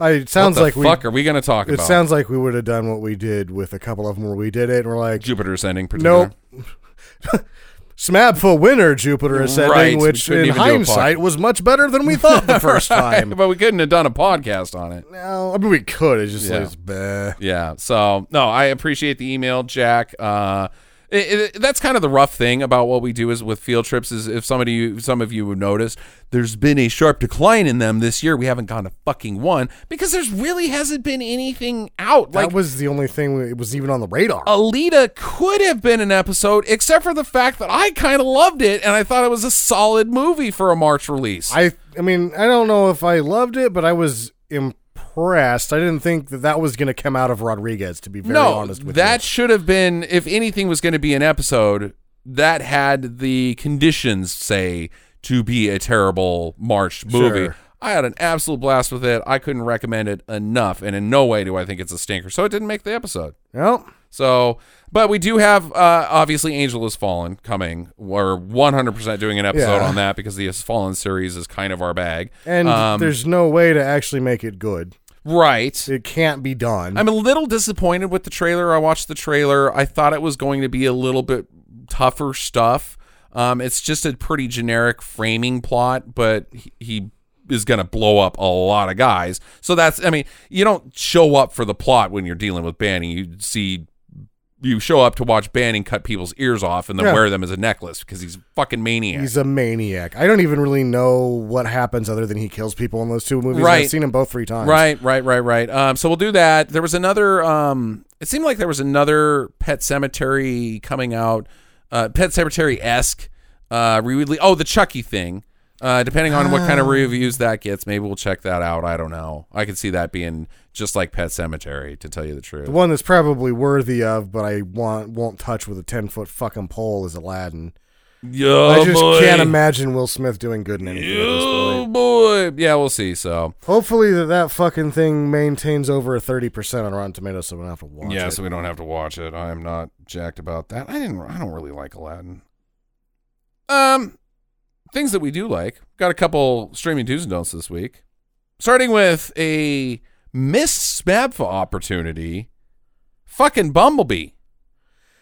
S6: I, it sounds
S5: what the
S6: like we.
S5: fuck are we gonna talk
S6: It
S5: about?
S6: sounds like we would have done what we did with a couple of them where we did it and we're like,
S5: Jupiter ascending. particular.
S6: nope. Smab for winner, Jupiter Ascending,
S5: Right, we
S6: which
S5: couldn't
S6: in
S5: even do a
S6: hindsight
S5: podcast.
S6: was much better than we thought
S5: <laughs>
S6: the first time.
S5: <laughs> but we couldn't have done a podcast on it.
S6: No, I mean, we could. It's just like,
S5: Yeah.
S6: it's bleh.
S5: Yeah. So no, I appreciate the email, Jack. Uh, it, it, that's kind of the rough thing about what we do is with field trips is if somebody some of you would notice there's been a sharp decline in them this year we haven't gone to fucking one because there's really hasn't been anything out
S6: That
S5: like Oh.
S6: was the only thing it was even on the radar.
S5: Alita could have been an episode except for the fact that I kind of loved it and I thought it was a solid movie for a March release
S6: I I mean, I don't know if I loved it, but I was impressed. I didn't think that that was going to come out of Rodriguez. To be very
S5: no,
S6: honest with
S5: that should have been if anything was going to be an episode that had the conditions say to be a terrible March movie.
S6: Sure.
S5: I had an absolute blast with it. I couldn't recommend it enough, and in no way do I think it's a stinker. So it didn't make the episode.
S6: you. Well,
S5: So, but we do have uh, obviously Angel Has Fallen coming. We're 100% doing an episode
S6: Yeah.
S5: on that because the Has Fallen series is kind of our bag.
S6: and
S5: Um,
S6: there's no way to actually make it good.
S5: right.
S6: It can't be done.
S5: I'm a little disappointed with the trailer. I watched the trailer. I thought it was going to be a little bit tougher stuff. Um, it's just a pretty generic framing plot, but he, he is going to blow up a lot of guys. So that's, I mean, you don't show up for the plot when you're dealing with Banning. You see, you show up to watch Banning cut people's ears off and then
S6: Yeah.
S5: wear them as a necklace because he's a fucking maniac.
S6: He's a maniac. I don't even really know what happens other than he kills people in those two movies. and
S5: Right.
S6: I've seen him both three times.
S5: Right, right, right, right. Um, so we'll do that. There was another. Um, it seemed like there was another Pet Cemetery coming out. Uh, Pet Cemetery esque. Uh, re- oh, the Chucky thing. Uh, depending on what
S6: Oh.
S5: kind of reviews that gets, maybe we'll check that out. I don't know. I could see that being just like Pet Cemetery, to tell you the truth.
S6: The one that's probably worthy of, but I want won't touch with a ten foot fucking pole is Aladdin.
S5: Yeah,
S6: I just
S5: Oh, boy.
S6: can't imagine Will Smith doing good in anything. at this point.
S5: Oh boy. Yeah, we'll see. So
S6: Hopefully that that fucking thing maintains over a thirty percent on Rotten Tomatoes, so we don't have to watch
S5: yeah,
S6: it.
S5: so we don't have to watch it. I'm not jacked about that. I didn't. I don't really like Aladdin. Um, things that we do like. Got a couple streaming do's and don'ts this week. Starting with a missed SMABFA opportunity. Fucking Bumblebee.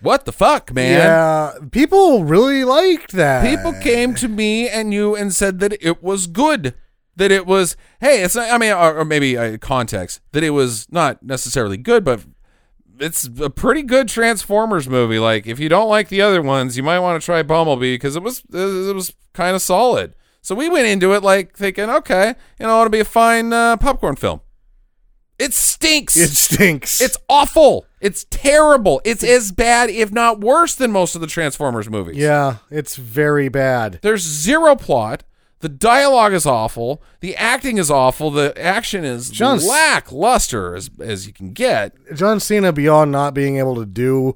S5: What the fuck, man?
S6: yeah, people really liked that.
S5: People came to me and you and said that it was good. That it was, hey, it's not, I mean, or, or maybe uh, context, that it was not necessarily good, but it's a pretty good Transformers movie. Like, if you don't like the other ones, you might want to try Bumblebee because it was, it was kind of solid. So we went into it like thinking, okay, you know, it'll be a fine uh, popcorn film. It
S6: <laughs>
S5: stinks.
S6: It stinks.
S5: it's awful. It's terrible. It's as bad, if not worse, than most of the Transformers movies.
S6: yeah, it's very bad.
S5: There's zero plot. The dialogue is awful. The acting is awful. The action is
S6: John S-
S5: lackluster as as you can get.
S6: John Cena beyond not being able to do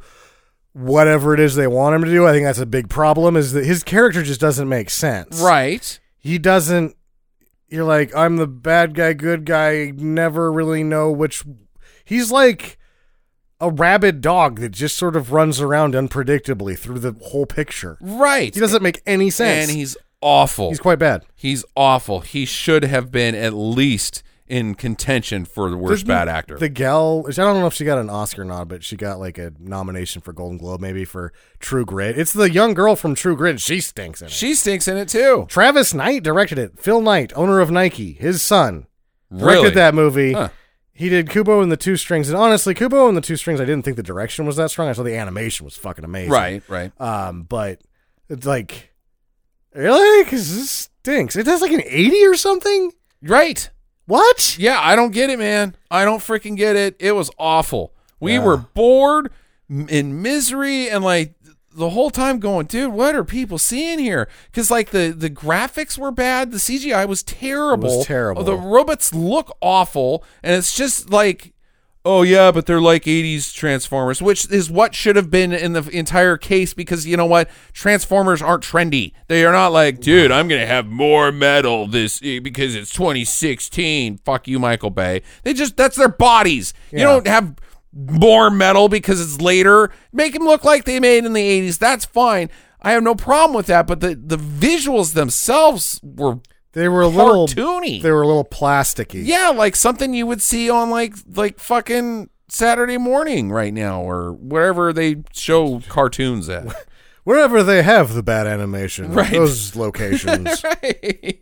S6: whatever it is they want him to do. I think that's a big problem. Is that his character just doesn't make sense.
S5: Right.
S6: He doesn't. You're like I'm the bad guy, good guy. Never really know which. He's like a rabid dog that just sort of runs around unpredictably through the whole picture.
S5: Right.
S6: He doesn't make any sense.
S5: and he's awful.
S6: he's
S5: He's,
S6: quite bad.
S5: awful. He should have been at least in contention for the worst bad actor.
S6: The gal, I don't know if she got an Oscar nod, but she got like a nomination for Golden Globe, maybe for True Grit. It's the young girl from True Grit. She stinks in it.
S5: she stinks in it too.
S6: Travis Knight directed it. Phil Knight, owner of Nike, his son, directed
S5: Really?
S6: that movie.
S5: Huh.
S6: He did Kubo and the Two Strings, and honestly, Kubo and the Two Strings, I didn't think the direction was that strong. I thought the animation was fucking amazing.
S5: Right. Right.
S6: Um, but it's like, really? Because this stinks. It has like an eighty or something.
S5: Right.
S6: What?
S5: Yeah, I don't get it, man. I don't freaking get it. It was awful. We were bored m- in misery and like the whole time going, dude, what are people seeing here? Because like the the graphics were bad, the CGI was terrible,
S6: terrible.
S5: The robots look awful, and it's just like. Oh yeah, but they're like '80s Transformers, which is what should have been in the entire case. Because you know what, Transformers aren't trendy. They are not like, dude, I'm gonna have more metal this eh, because it's 2016. Fuck you, Michael Bay. They just that's their bodies. You don't have more metal because it's later. Make them look like they made in the '80s. That's fine. I have no problem with that. But the the visuals themselves were
S6: They were a little
S5: Cartoony.
S6: They were a little plasticky.
S5: yeah, like something you would see on like like fucking Saturday morning right now or wherever they show cartoons <laughs> at.
S6: Wherever they have the bad animation,
S5: Right.
S6: those
S5: <laughs>
S6: locations.
S5: right.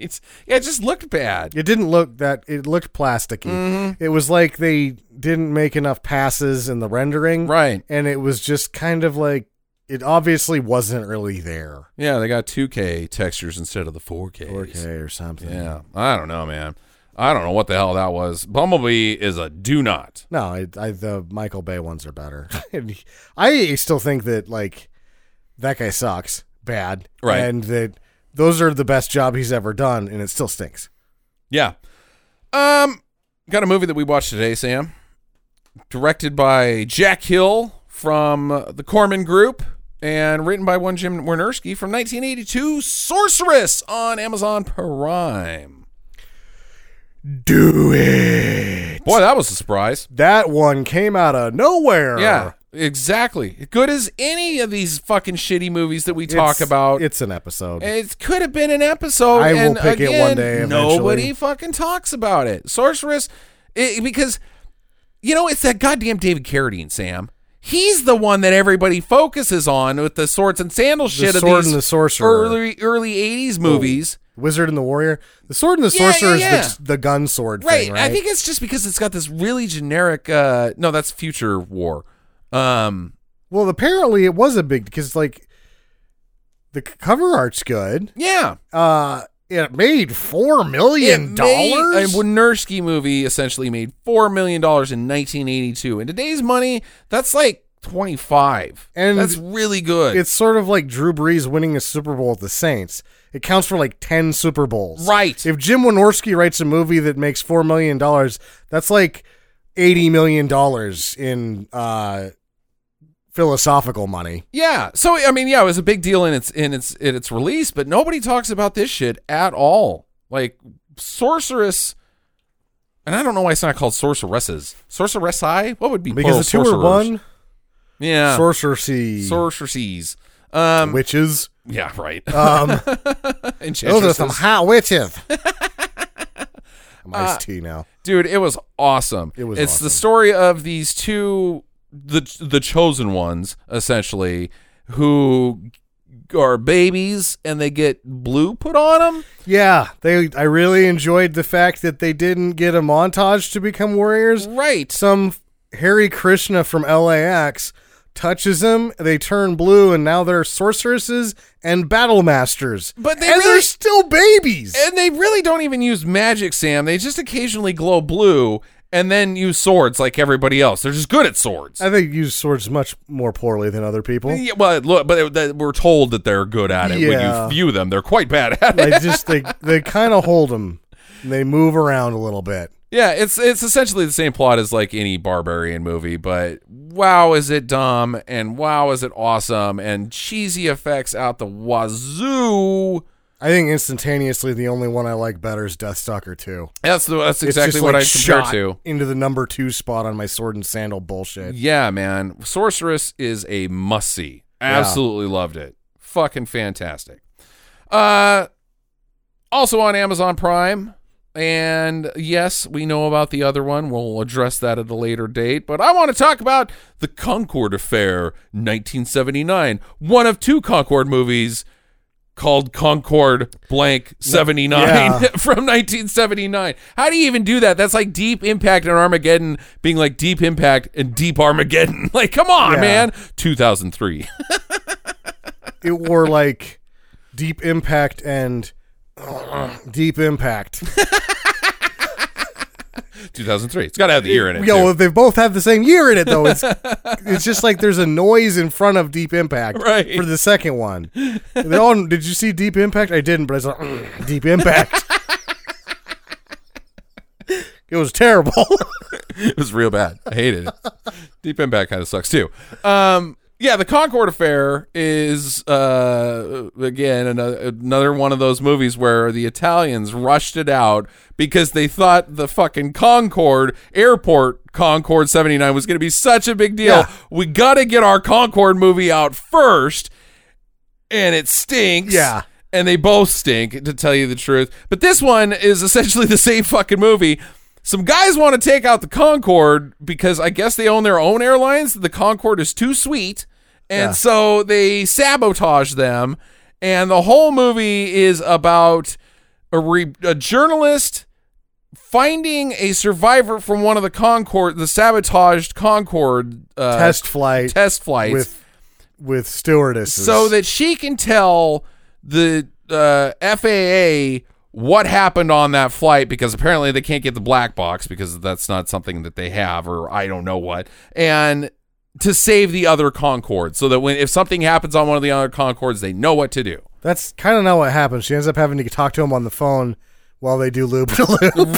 S5: Yeah, it just looked bad.
S6: It didn't look that. It looked plasticky.
S5: Mm-hmm.
S6: It was like they didn't make enough passes in the rendering,
S5: Right.
S6: And it was just kind of like it obviously wasn't really there.
S5: Yeah, they got 2K textures instead of the 4K.
S6: 4K or something.
S5: Yeah. I don't know, man. I don't know what the hell that was. Bumblebee is a do not.
S6: No, I, I, the Michael Bay ones are better. <laughs> And I still think that like that guy sucks bad,
S5: Right.
S6: And that those are the best job he's ever done, and it still stinks.
S5: Yeah. Um got a movie that we watched today, Sam. Directed by Jack Hill from uh, the Corman Group and written by one Jim Wernerski from 1982 Sorceress on Amazon Prime.
S6: Do it.
S5: Boy, that was a surprise.
S6: That one came out of nowhere.
S5: Yeah. Exactly. Good as any of these fucking shitty movies that we talk
S6: It's-
S5: about.
S6: It's an episode.
S5: It could have been an episode.
S6: I will
S5: and
S6: pick it
S5: again,
S6: one day
S5: Nobody
S6: eventually.
S5: fucking talks about it. Sorceress, it, because you know it's that goddamn David Carradine, Sam. He's the one that everybody focuses on with the swords and sandals shit
S6: sword
S5: of these
S6: and the sorcerer.
S5: early early '80s movies.
S6: Wizard and the Warrior. The Sword and the
S5: Yeah, yeah,
S6: Sorcerer
S5: yeah.
S6: is the, the gun sword
S5: Right.
S6: thing, right?
S5: I think it's just because it's got this really generic. uh No, that's Future War. Um.
S6: well, apparently it was a big because like the c- cover art's good.
S5: Yeah.
S6: Uh, it made four million
S5: It made-
S6: dollars.
S5: A Winerski movie essentially made four million dollars in 1982. In today's money, that's like 25.
S6: And
S5: that's really good.
S6: It's sort of like Drew Brees winning a Super Bowl at the Saints. It counts for like ten Super Bowls,
S5: Right.
S6: If Jim Wynorski writes a movie that makes four million dollars, that's like eighty million dollars in uh philosophical money.
S5: yeah. So I mean, yeah, it was a big deal in its in its in its release, but nobody talks about this shit at all. Like sorceress. And I don't know why it's not called sorceresses. Sorceressi? What would be plural
S6: Because the two are
S5: sorcerers?
S6: one
S5: Yeah.
S6: sorcery,
S5: sorceresses.
S6: Mm.
S5: Um.
S6: witches.
S5: yeah. Right. <laughs>
S6: Um, those are
S5: Enchantresses.
S6: some hot witches. <laughs> Uh, I'm iced tea now.
S5: dude it was awesome
S6: It was
S5: it's
S6: awesome.
S5: the story of these two the the chosen ones essentially who are babies and they get blue put on them
S6: Yeah, they. I really enjoyed the fact that they didn't get a montage to become warriors.
S5: right
S6: Some Harry Krishna from LAX touches them. They turn blue, and now they're sorceresses and battle masters.
S5: But they
S6: and
S5: really-
S6: they're still babies.
S5: and they really don't even use magic sam they just occasionally glow blue and then use swords like everybody else they're just good at swords
S6: I think use swords much more poorly than other people.
S5: <laughs> yeah, well, look, but they- we're told that they're good at it.
S6: Yeah.
S5: When you view them, they're quite bad at
S6: They
S5: it.
S6: just they they kind of hold them. They move around a little bit.
S5: Yeah, it's it's essentially the same plot as like any barbarian movie, but wow, is it dumb and wow, is it awesome and cheesy effects out the wazoo.
S6: I think instantaneously the only one I like better is Deathstalker 2.
S5: That's the, that's
S6: It's
S5: exactly
S6: just,
S5: what
S6: like,
S5: I compare
S6: shot
S5: to.
S6: Into the number two spot on my sword and sandal bullshit.
S5: Yeah, man, Sorceress is a must see. Absolutely loved it. Fucking fantastic. Uh, also on Amazon Prime. And yes, we know about the other one. We'll address that at a later date. But I want to talk about The Concord Affair, 1979. One of two Concord movies called Concord blank 79 <laughs>
S6: Yeah.
S5: from 1979. How do you even do that? That's like Deep Impact and Armageddon being like Deep Impact and Deep Armageddon. <laughs> Like, come on,
S6: Yeah.
S5: man. <laughs> 2003.
S6: It were like <clears throat>
S5: <laughs>
S6: <laughs> Deep Impact and Deep Impact.
S5: 2003. It's got to have the year in it.
S6: Yeah,
S5: too.
S6: well, if they both have the same year in it, though,
S5: <laughs>
S6: it's it's just like there's a noise in front of Deep Impact
S5: Right.
S6: for the second one. They all did you see Deep Impact? I didn't, but I saw "Mm, Deep
S5: <laughs>
S6: Impact. it was terrible. <laughs>
S5: it <laughs> was real bad. I hated it. Deep Impact kind of sucks too. Um, yeah, the Concord Affair is uh, again another, another one of those movies where the Italians rushed it out because they thought the fucking Concord Airport Concord seventy nine was going to be such a big deal.
S6: Yeah.
S5: We got to get our Concord movie out first, and it stinks.
S6: Yeah.
S5: And they both stink, to tell you the truth. But this one is essentially <laughs> the same fucking movie. Some guys want to take out the Concorde because I guess they own their own airlines. The Concorde is too sweet. And so they sabotage them. And the whole movie is about a, re- a journalist finding a survivor from one of the Concorde, the sabotaged Concorde uh,
S6: Test flight
S5: test flights
S6: with with stewardesses.
S5: so that she can tell the uh, FAA what happened on that flight because apparently they can't get the black box because that's not something that they have or I don't know what and to save the other Concorde so that when if something happens on one of the other Concords they know what to do.
S6: that's kind of not what happens. She ends up having to talk to him on the phone while they do loop de
S5: <laughs>
S6: loop.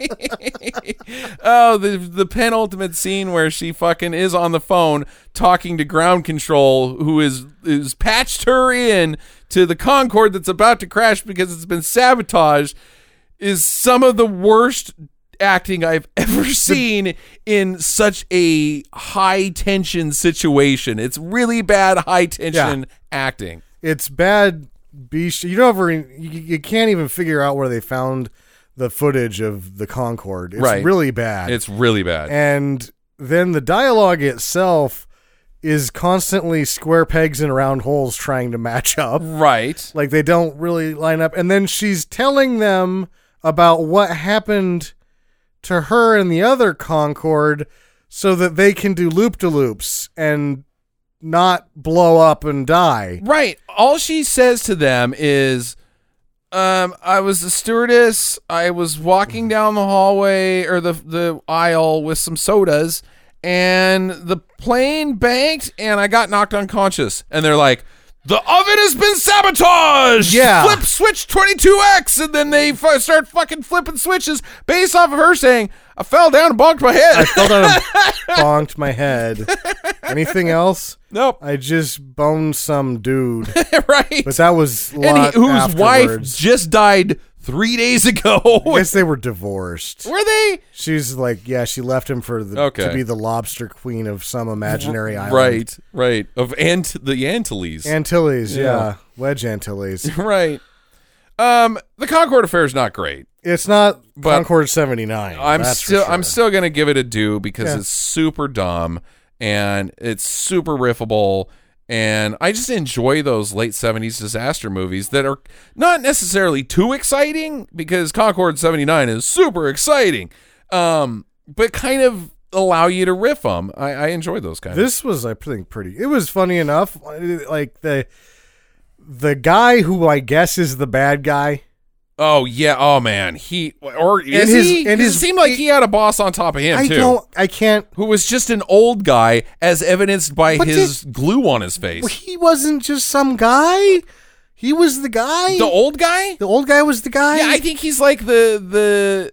S5: <laughs> oh, the the penultimate scene where she fucking is on the phone talking to ground control, who is is patched her in to the Concorde that's about to crash because it's been sabotaged, is some of the worst acting I've <laughs> ever seen in such a high tension situation. It's really bad high tension acting.
S6: it's bad beast you don't ever e, you, you can't even figure out where they found the footage of the concord it's
S5: Right.
S6: really bad
S5: It's really bad.
S6: and then the dialogue itself is constantly square pegs and round holes trying to match up
S5: right.
S6: like they don't really line up and then she's telling them about what happened to her and the other concord so that they can do loop-de-loops and not blow up and die
S5: Right. All she says to them is, um, I was the stewardess. I was walking
S6: Mm-hmm.
S5: down the hallway or the, the aisle with some sodas, and the plane banked, and I got knocked unconscious. And they're like, the oven has been sabotaged.
S6: Yeah.
S5: Flip switch 22X. And then they f- start fucking flipping switches based off of her saying, I fell down and bonked my head.
S6: fell down
S5: <laughs>
S6: and bonked my head. Anything else?
S5: nope.
S6: I just boned some dude,
S5: <laughs> right.
S6: but that was a
S5: And he-
S6: lot
S5: whose wife
S6: afterwards.
S5: just died three days ago.
S6: I guess they were divorced.
S5: <laughs> Were they?
S6: She's like, yeah, she left him for the
S5: Okay.
S6: to be the lobster queen of some imaginary island.
S5: Right, right. Of Ant the Antilles.
S6: Antilles, yeah.
S5: Yeah.
S6: Wedge Antilles.
S5: <laughs> right. Um, the Concord Affair is not great.
S6: It's not
S5: But
S6: Concord 79.
S5: I'm
S6: Oh, that's for
S5: still I'm
S6: sure.
S5: still gonna give it a do because
S6: Yeah.
S5: it's super dumb and it's super riffable. And I just enjoy those late '70s disaster movies that are not necessarily too exciting because Concord '79 is super exciting, um, but kind of allow you to riff them. I, I enjoy those kind
S6: This was, I think, pretty. It was funny enough. Like the the guy who I guess is the bad guy.
S5: of. Oh yeah, oh man, he or is
S6: his-
S5: he?
S6: and
S5: 'Cause it
S6: his-
S5: seemed like he had a boss on top of him
S6: I
S5: too.
S6: don't. I can't
S5: who was just an old guy, as evidenced by
S6: But
S5: his glue on his face.
S6: Well, he wasn't just some guy. He was the guy.
S5: the old guy?
S6: The old guy was the guy.
S5: yeah, I think he's like the the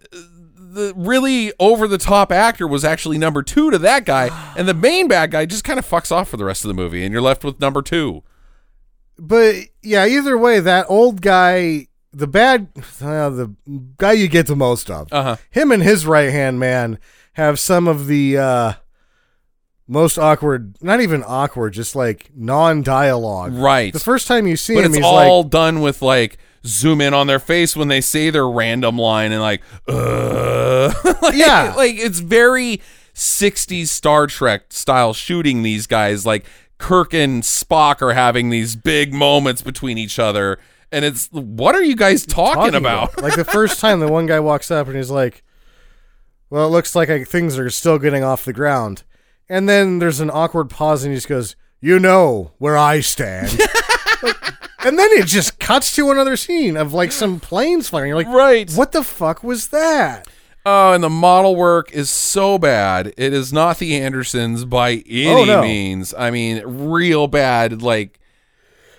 S5: the really over the top actor was actually number two to that guy, and the main bad guy just kind of fucks off for the rest of the movie, and you're left with number two.
S6: but yeah, either way, that old guy, the bad, uh, the guy you get the most of,
S5: Uh huh.
S6: him and his right hand man have some of the uh, most awkward. Not even awkward, just like non dialogue.
S5: Right.
S6: The first time you see
S5: But
S6: him,
S5: it's
S6: he's
S5: all
S6: like,
S5: done with like zoom in on their face when they say their random line and like, uh, <laughs> like,
S6: Yeah.
S5: like it's very 60s Star Trek style shooting these guys. Like Kirk and Spock are having these big moments between each other, and it's what are you guys talking,
S6: talking
S5: about?
S6: like the first time, the one guy walks up and he's like, "Well, it looks like I, things are still getting off the ground." And then there's an awkward pause, and he just goes, "You know where I
S5: <laughs>
S6: stand." Like, and then it just cuts to another scene of like some planes flying. You're like,
S5: <laughs> Right.
S6: What the fuck was that?"
S5: Oh, and the model work is so bad. It is not the Andersons by any
S6: Oh, no.
S5: means. I mean, real bad. Like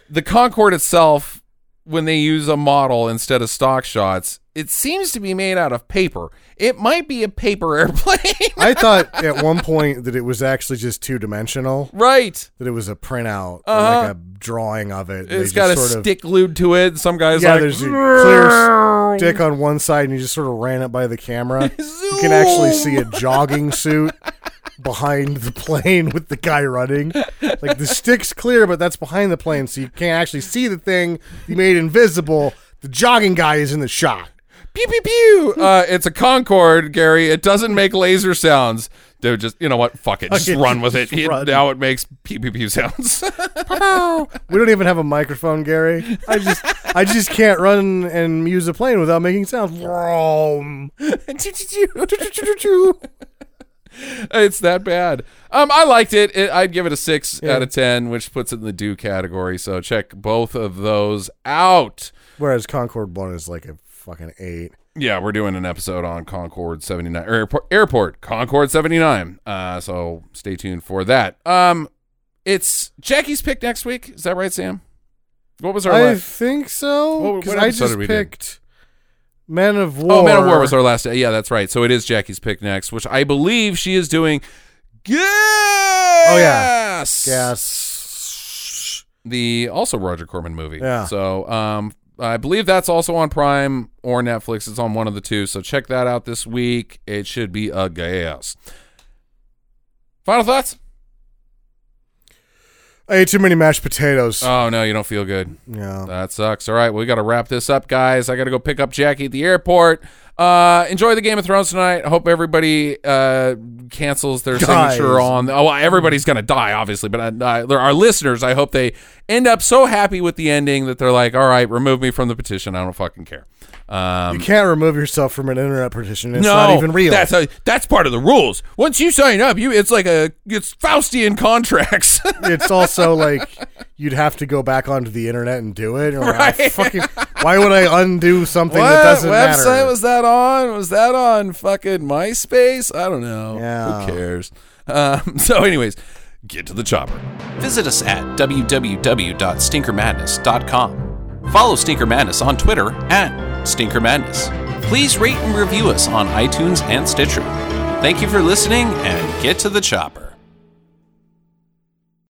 S5: the Concorde itself, when they use a model instead of stock shots, it seems to be made out of paper. It might be a paper <laughs> airplane.
S6: I thought at one point that it was actually just two dimensional,
S5: right.
S6: that it was a printout, or like a drawing of it. and they
S5: Uh-huh. it's got a
S6: just sort of-
S5: stick glued to it. Some guy's
S6: yeah,
S5: like, "Mm,
S6: there's a clear stick on one side, and you just sort of ran it by the camera. You can actually see a jogging suit behind the plane with the guy running. Like the stick's clear, but that's behind the plane, so you can't actually see the thing you made invisible. The jogging guy is in the shot.
S5: pew pew pew. Uh, it's a Concorde, Gary. It doesn't make laser sounds. Dude, just you know what? Fuck it. Just
S6: it,
S5: run with it.
S6: just <laughs>
S5: It-
S6: run.
S5: Now it makes pew pew pew sounds. <laughs>
S6: <laughs> We don't even have a microphone, Gary. I just I just can't run and use a plane without making sound. Vroom.
S5: it's that bad. Um, I liked it. it I'd give it a six out of ten, which puts it in the do category. So check both of those out.
S6: Whereas Concord One is like a fucking eight.
S5: Yeah, we're doing an episode on Concord 79 or airport, airport Concord 79. Uh, so stay tuned for that. Um, it's Jackie's pick next week. Is that right, Sam? What was our
S6: I
S5: last?
S6: think so.
S5: What-
S6: Because
S5: what
S6: I
S5: episode
S6: just
S5: did we do?
S6: picked Man of War.
S5: Oh, Man of War was our last. Yeah, that's right. So it is Jackie's pick next, which I believe she is doing. Gas! Oh
S6: yeah. Gas.
S5: the also Roger Corman movie.
S6: Yeah.
S5: So um, I believe that's also on Prime or Netflix. It's on one of the two. So check that out this week. It should be a gas. Final thoughts?
S6: I ate too many mashed potatoes.
S5: Oh no, you don't feel good.
S6: yeah.
S5: That sucks. All right, we got to wrap this up, guys. I got to go pick up Jackie at the airport. Uh, enjoy the Game of Thrones tonight. I hope everybody uh, cancels their
S6: Dies.
S5: signature on. Oh, well, everybody's gonna die, obviously, but I, I, there are listeners. I hope they end up so happy with the ending that they're like, "All right, remove me from the petition. I don't fucking care." Um,
S6: you can't remove yourself from an internet petition. It's not even real.
S5: That's a, that's part of the rules. Once you sign up, you it's like a it's Faustian contracts. <laughs>
S6: it's also like you'd have to go back onto the internet and do it. Or
S5: Right.
S6: fucking, why would I undo something that doesn't
S5: website
S6: matter?
S5: was that on? Was that on fucking MySpace? I don't know.
S6: Yeah.
S5: Who cares? Um, <laughs> so, anyways, get to the chopper.
S8: Visit us at www.stinkermadness.com. Follow Stinker Madness on Twitter at Stinker Madness. Please rate and review us on iTunes and Stitcher. Thank you for listening and get to the chopper.